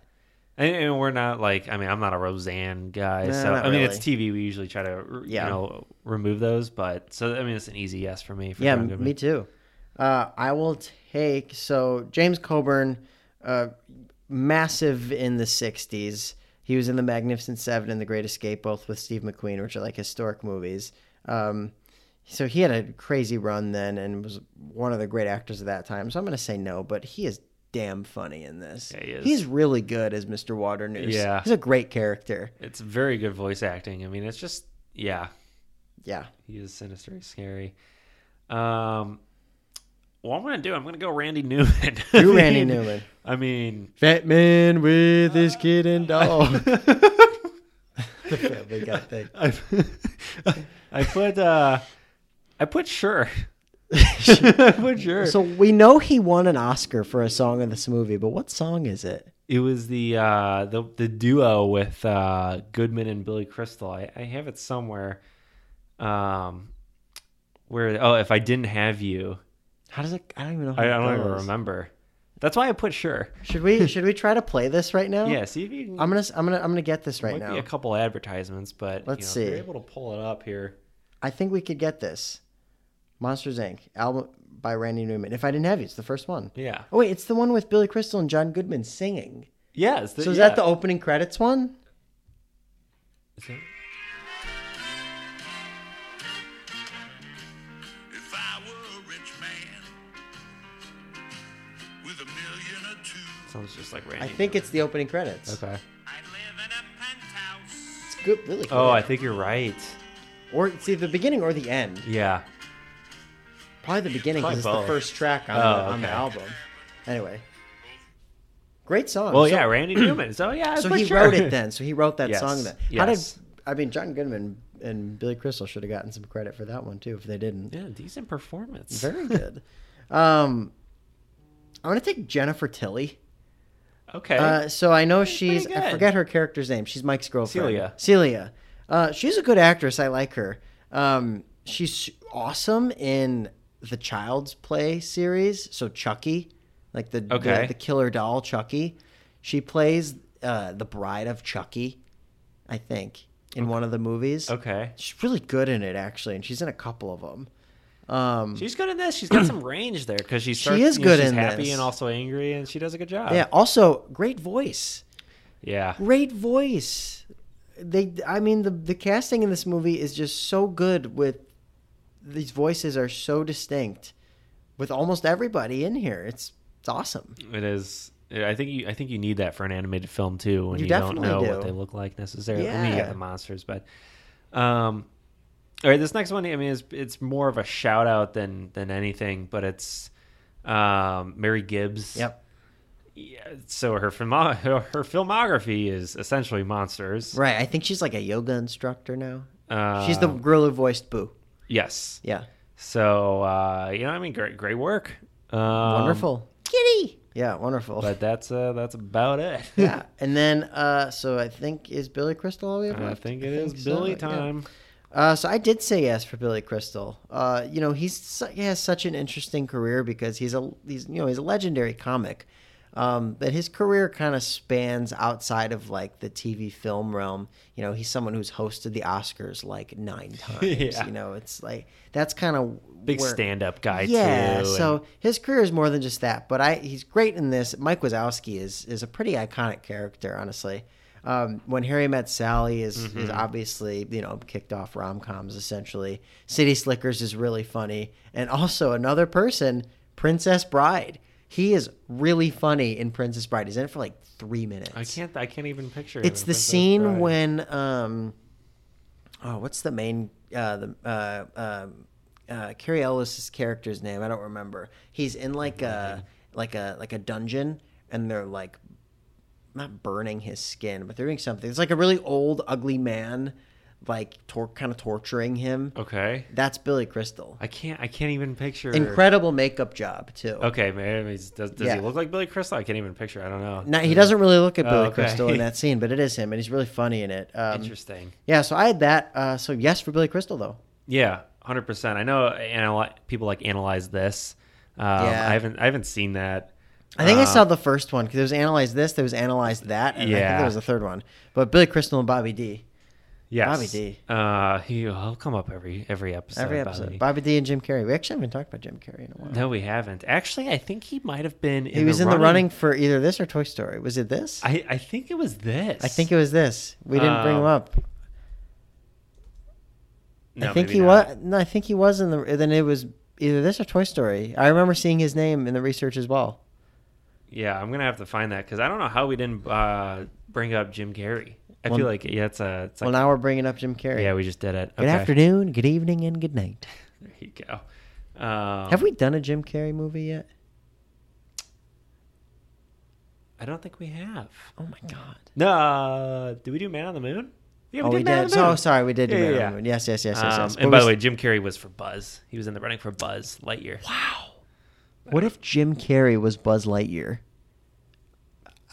Speaker 2: And, and we're not like I mean I'm not a Roseanne guy
Speaker 1: Nah,
Speaker 2: so I
Speaker 1: not
Speaker 2: mean it's
Speaker 1: really.
Speaker 2: TV we usually try to
Speaker 1: Yeah.
Speaker 2: you know remove those but so I mean it's an easy yes for me for
Speaker 1: yeah,
Speaker 2: John
Speaker 1: m-
Speaker 2: Goodman.
Speaker 1: me too. Uh, I will take so James Coburn, uh, massive in the '60s. He was in The Magnificent Seven and The Great Escape, both with Steve McQueen, which are like historic movies. Um, so he had a crazy run then, and was one of the great actors of that time. So I'm gonna say no, but he is damn funny in this.
Speaker 2: Yeah, he is.
Speaker 1: He's really good as Mr. Waternoose.
Speaker 2: Yeah.
Speaker 1: he's a great character.
Speaker 2: It's very good voice acting. I mean it's just yeah,
Speaker 1: Yeah,
Speaker 2: he is sinister, he's scary. Um what I'm going to do, I'm going to go Randy Newman. I
Speaker 1: you Randy
Speaker 2: mean-
Speaker 1: Newman,
Speaker 2: I mean Uh,
Speaker 1: Fat Man with his kid and dog. the Family Guy thing.
Speaker 2: I, I put uh I put sure. I put sure.
Speaker 1: So we know he won an Oscar for a song in this movie, but what song is it?
Speaker 2: It was the uh, the the duo with uh, Goodman and Billy Crystal. I, I have it somewhere. Um, where oh, if I didn't have you,
Speaker 1: How does it? I don't even know. How
Speaker 2: I,
Speaker 1: it
Speaker 2: don't even
Speaker 1: goes.
Speaker 2: remember. That's why I put sure.
Speaker 1: Should we? Should we try to play this right now?
Speaker 2: Yeah, see if you can.
Speaker 1: I'm gonna. s- I'm gonna. I'm gonna get this right
Speaker 2: might be
Speaker 1: now.
Speaker 2: a couple advertisements, but
Speaker 1: Let's
Speaker 2: you know, if
Speaker 1: see.
Speaker 2: You're able to pull it up here.
Speaker 1: I think we could get this. Monsters Inc. album by Randy Newman. If I didn't have you, it's the first one.
Speaker 2: Yeah.
Speaker 1: Oh wait, it's the one with Billy Crystal and John Goodman singing.
Speaker 2: Yeah. It's the,
Speaker 1: So is
Speaker 2: yeah.
Speaker 1: that the opening credits one?
Speaker 2: Is it-
Speaker 3: If I were a rich man with a million or two,
Speaker 2: Sounds just like Randy.
Speaker 1: I think it's the opening credits.
Speaker 2: Okay.
Speaker 3: I'd live in a penthouse.
Speaker 1: It's good, really. Good.
Speaker 2: Oh, I think you're right.
Speaker 1: Or see the beginning or the end.
Speaker 2: Yeah.
Speaker 1: Probably the beginning because it's
Speaker 2: Probably
Speaker 1: the
Speaker 2: both.
Speaker 1: first track on,
Speaker 2: Oh,
Speaker 1: the, on the
Speaker 2: okay.
Speaker 1: album. Anyway, great song.
Speaker 2: Well,
Speaker 1: so,
Speaker 2: yeah, Randy Newman. So yeah, I
Speaker 1: So
Speaker 2: put
Speaker 1: he
Speaker 2: sure.
Speaker 1: wrote it then. So he wrote that
Speaker 2: Yes,
Speaker 1: song then.
Speaker 2: yes.
Speaker 1: How did I mean John Goodman and Billy Crystal should have gotten some credit for that one too if they didn't.
Speaker 2: Yeah, decent performance.
Speaker 1: Very good. um, I'm gonna take Jennifer Tilly.
Speaker 2: Okay.
Speaker 1: Uh, so I know she's
Speaker 2: pretty good.
Speaker 1: I forget her character's name. She's Mike's girlfriend.
Speaker 2: Celia.
Speaker 1: Celia. Uh, she's a good actress. I like her. Um, she's awesome in the Child's Play series. So Chucky, like the the-
Speaker 2: Okay.
Speaker 1: the, killer doll Chucky. She plays uh, the bride of Chucky, I think, in one of the movies.
Speaker 2: okay.
Speaker 1: She's really good in it actually, and she's in a couple of them. Um,
Speaker 2: She's good in this. She's got some range there because she starts.
Speaker 1: is
Speaker 2: you know,
Speaker 1: good
Speaker 2: she's
Speaker 1: in
Speaker 2: happy
Speaker 1: this.
Speaker 2: and also angry, and she does a good job.
Speaker 1: yeah. Also, great voice.
Speaker 2: yeah.
Speaker 1: great voice. They, I mean, the the casting in this movie is just so good. With these voices are so distinct, with almost everybody in here. It's it's awesome.
Speaker 2: It is. I think you. I think you need that for an animated film too, when
Speaker 1: You
Speaker 2: you, don't
Speaker 1: definitely
Speaker 2: know
Speaker 1: do.
Speaker 2: what they look like necessarily. I mean, you
Speaker 1: Yeah.
Speaker 2: got the monsters, but. Um, all right, this next one. I mean, it's it's more of a shout out than than anything, but it's um Mary Gibbs.
Speaker 1: Yep.
Speaker 2: Yeah, so her filmo- her filmography is essentially monsters.
Speaker 1: Right. I think she's like a yoga instructor now.
Speaker 2: Right.
Speaker 1: she's the gorilla voiced Boo.
Speaker 2: yes.
Speaker 1: Yeah.
Speaker 2: So uh, you know, I mean, great, great work. Um,
Speaker 1: Wonderful. Kitty. Yeah. Wonderful.
Speaker 2: But that's uh, that's about it.
Speaker 1: yeah. And then, uh, so I think is Billy Crystal all we have
Speaker 2: I
Speaker 1: left?
Speaker 2: think it is
Speaker 1: so,
Speaker 2: Billy
Speaker 1: yeah.
Speaker 2: time.
Speaker 1: Uh, so I did say yes for Billy Crystal. Uh, you know, he's su- he has such an interesting career because he's a he's you know he's a legendary comic, um, that his career kind of spans outside of like the TV film realm. You know, he's someone who's hosted the Oscars like nine times.
Speaker 2: Yeah.
Speaker 1: You know, it's like that's kind of
Speaker 2: Big stand up guy
Speaker 1: yeah,
Speaker 2: too.
Speaker 1: so his career is more than just that, but I he's great in this. Mike Wazowski is is a pretty iconic character, honestly. Um, when Harry Met Sally is
Speaker 2: Mm-hmm.
Speaker 1: is obviously you know kicked off rom coms essentially. City Slickers is really funny, and also another person, Princess Bride. He is really funny in Princess Bride. He's in it for like three minutes.
Speaker 2: I can't I can't even picture
Speaker 1: It's
Speaker 2: him
Speaker 1: the
Speaker 2: if that's
Speaker 1: scene
Speaker 2: right.
Speaker 1: when um, oh, what's the main uh the uh um uh Carrie Ellis's character's name? I don't remember. He's in like a like a like a dungeon, and they're like not burning his skin, but they're doing something. It's like a really old, ugly man, like tor- kind of torturing him.
Speaker 2: Okay.
Speaker 1: That's Billy Crystal.
Speaker 2: I can't I can't even picture
Speaker 1: Incredible makeup job too.
Speaker 2: Okay, maybe he's, does, does
Speaker 1: Yeah.
Speaker 2: he look like Billy Crystal? I can't even picture. I don't know.
Speaker 1: Now, he doesn't really look at
Speaker 2: Oh,
Speaker 1: Billy
Speaker 2: okay.
Speaker 1: Crystal in that scene, but it is him, and he's really funny in it. Um,
Speaker 2: Interesting.
Speaker 1: Yeah, so I had that. Uh, so yes for Billy Crystal though.
Speaker 2: Yeah, hundred percent. I know analy- people like analyze this. Um,
Speaker 1: Yeah.
Speaker 2: I haven't I haven't seen that.
Speaker 1: I think I
Speaker 2: Uh,
Speaker 1: saw the first one because there was analyze this, there was analyze that, and I think
Speaker 2: Yeah.
Speaker 1: there was a third one. But Billy Crystal and Bobby D,
Speaker 2: Yes.
Speaker 1: Bobby D.
Speaker 2: Uh, he, he'll come up every every episode.
Speaker 1: every
Speaker 2: Bobby.
Speaker 1: episode. Bobby D and Jim Carrey. We actually haven't talked about Jim Carrey in a while.
Speaker 2: No, we haven't. Actually, I think he might have been. In
Speaker 1: he was in the running for either this or Toy Story. Was it this? I,
Speaker 2: I I think it was this.
Speaker 1: think it was this. We didn't bring him
Speaker 2: Um,
Speaker 1: up. I think he was. No, I think he was in the. Then it was either this or Toy Story. I remember seeing his name in the research as well.
Speaker 2: Yeah, I'm gonna have to find that because I don't know how we didn't uh, bring up Jim Carrey. I
Speaker 1: Well-
Speaker 2: feel like yeah, it's a it's
Speaker 1: Well,
Speaker 2: like
Speaker 1: now we're bringing up Jim Carrey.
Speaker 2: yeah, we just did it.
Speaker 1: Good
Speaker 2: Okay.
Speaker 1: afternoon, good evening, and good night.
Speaker 2: There you go. Um,
Speaker 1: Have we done a Jim Carrey movie yet?
Speaker 2: I don't think we have.
Speaker 1: Oh my god.
Speaker 2: No, uh, did we do Man on the Moon? Yeah,
Speaker 1: oh, we
Speaker 2: Man on
Speaker 1: did.
Speaker 2: the Moon.
Speaker 1: Oh, sorry, we did. do
Speaker 2: Yeah,
Speaker 1: Man on
Speaker 2: yeah,
Speaker 1: the
Speaker 2: yeah.
Speaker 1: Moon. Yes, yes, yes, yes.
Speaker 2: Um,
Speaker 1: yes. But
Speaker 2: and by
Speaker 1: we-
Speaker 2: the way, Jim Carrey was for Buzz. He was in the running for Buzz Lightyear.
Speaker 1: wow. What if Jim Carrey was Buzz Lightyear?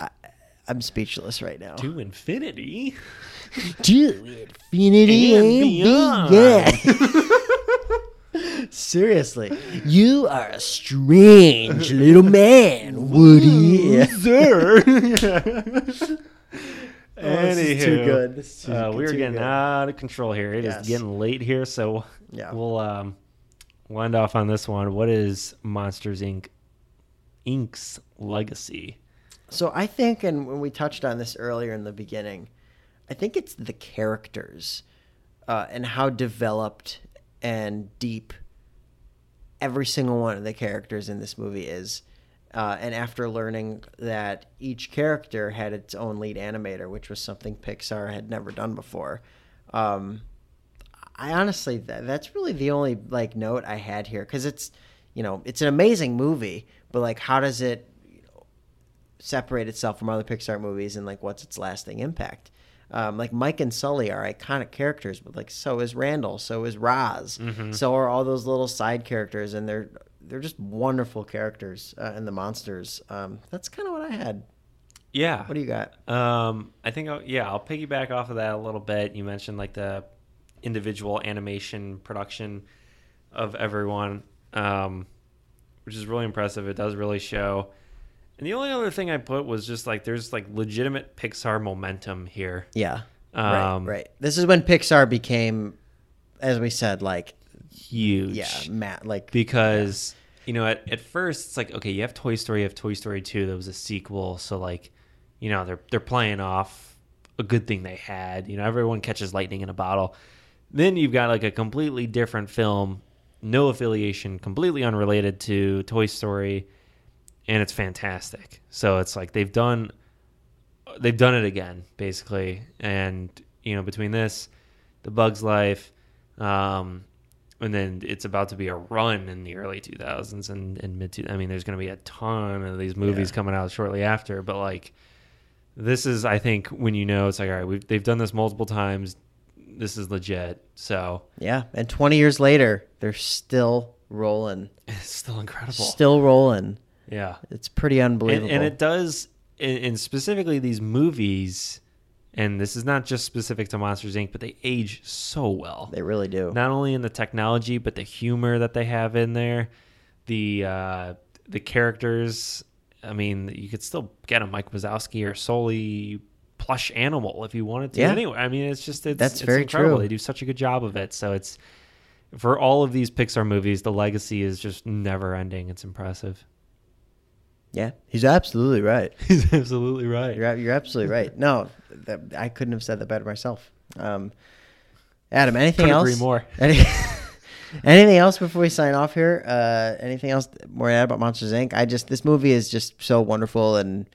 Speaker 1: I, I'm speechless right now.
Speaker 2: To infinity.
Speaker 1: Dude, infinity
Speaker 2: And
Speaker 1: and
Speaker 2: beyond.
Speaker 1: beyond. Seriously, you are a strange little man, Woody.
Speaker 2: Sir.
Speaker 1: Oh, this is too good. This is too-
Speaker 2: uh, we are
Speaker 1: too
Speaker 2: getting
Speaker 1: good.
Speaker 2: out of control here. It is
Speaker 1: Yes.
Speaker 2: getting late here, so
Speaker 1: Yeah.
Speaker 2: we'll um, wind off on this one. What is Monsters Inc. Inc.'s legacy?
Speaker 1: So I think, and when we touched on this earlier in the beginning, I think it's the characters uh, and how developed and deep every single one of the characters in this movie is. Uh, and after learning that each character had its own lead animator, which was something Pixar had never done before, um, I honestly that, that's really the only like note I had here because it's you know it's an amazing movie, but like how does it separate itself from other Pixar movies and like what's its lasting impact. Um, like Mike and Sully are iconic characters, but like so is Randall, so is Roz,
Speaker 2: Mm-hmm.
Speaker 1: so are all those little side characters, and they're they're just wonderful characters uh, in the monsters. Um, that's kind of what I had.
Speaker 2: Yeah.
Speaker 1: What do you got?
Speaker 2: Um, I think I'll, yeah, I'll piggyback off of that a little bit. You mentioned like the individual animation production of everyone, um, which is really impressive. It does really show. And the only other thing I put was just like there's like legitimate Pixar momentum here.
Speaker 1: Yeah,
Speaker 2: Um,
Speaker 1: right, right. This is when Pixar became, as we said, like
Speaker 2: Huge.
Speaker 1: yeah, Matt, like
Speaker 2: because you know at, at first it's like okay you have toy story you have toy story 2 that was a sequel so like you know they're they're playing off a good thing they had you know everyone catches lightning in a bottle then you've got like a completely different film no affiliation completely unrelated to toy story and it's fantastic so it's like they've done they've done it again basically and you know between this the bugs life um and then it's about to be a run in the early 2000s and, and mid two. I mean, there's going to be a ton of these movies coming out shortly after, but like this is, I think, when you know it's like, all right, we've, they've done this multiple times. This is legit. So
Speaker 1: yeah. And twenty years later, they're still rolling,
Speaker 2: it's still incredible.
Speaker 1: still rolling.
Speaker 2: yeah.
Speaker 1: It's pretty unbelievable.
Speaker 2: Oh. And, and it does, and and specifically these movies, and this is not just specific to Monsters Inc., but they age so well.
Speaker 1: they really do.
Speaker 2: not only in the technology but the humor that they have in there the uh the characters I mean, you could still get a Mike Wazowski or Soli plush animal if you wanted to.
Speaker 1: Yeah.
Speaker 2: Anyway, I mean, it's just it's,
Speaker 1: That's
Speaker 2: it's
Speaker 1: very
Speaker 2: incredible.
Speaker 1: true.
Speaker 2: They do such a good job of it. So it's for all of these Pixar movies, the legacy is just never ending. It's impressive.
Speaker 1: Yeah, he's absolutely right.
Speaker 2: He's absolutely right.
Speaker 1: You're, ab- you're absolutely right. No, that, I couldn't have said that better myself. Um, Adam, anything
Speaker 2: Couldn't
Speaker 1: else?
Speaker 2: agree more.
Speaker 1: Any- anything else before we sign off here? Uh, anything else more to add about Monsters Inc? I just this movie is just so wonderful, and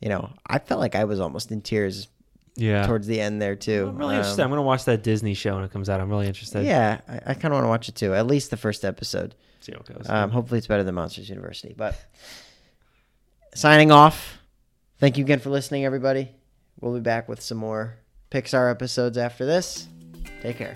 Speaker 1: you know, I felt like I was almost in tears
Speaker 2: Yeah.
Speaker 1: towards the end there too.
Speaker 2: I'm really
Speaker 1: Um,
Speaker 2: interested. I'm going to watch that Disney show when it comes out. I'm really interested.
Speaker 1: Yeah, I, I kind of want to watch it too. At least the first episode.
Speaker 2: See how it goes.
Speaker 1: Um, hopefully, it's better than Monsters University. But signing off. Thank you again for listening, everybody. We'll be back with some more Pixar episodes after this. Take care.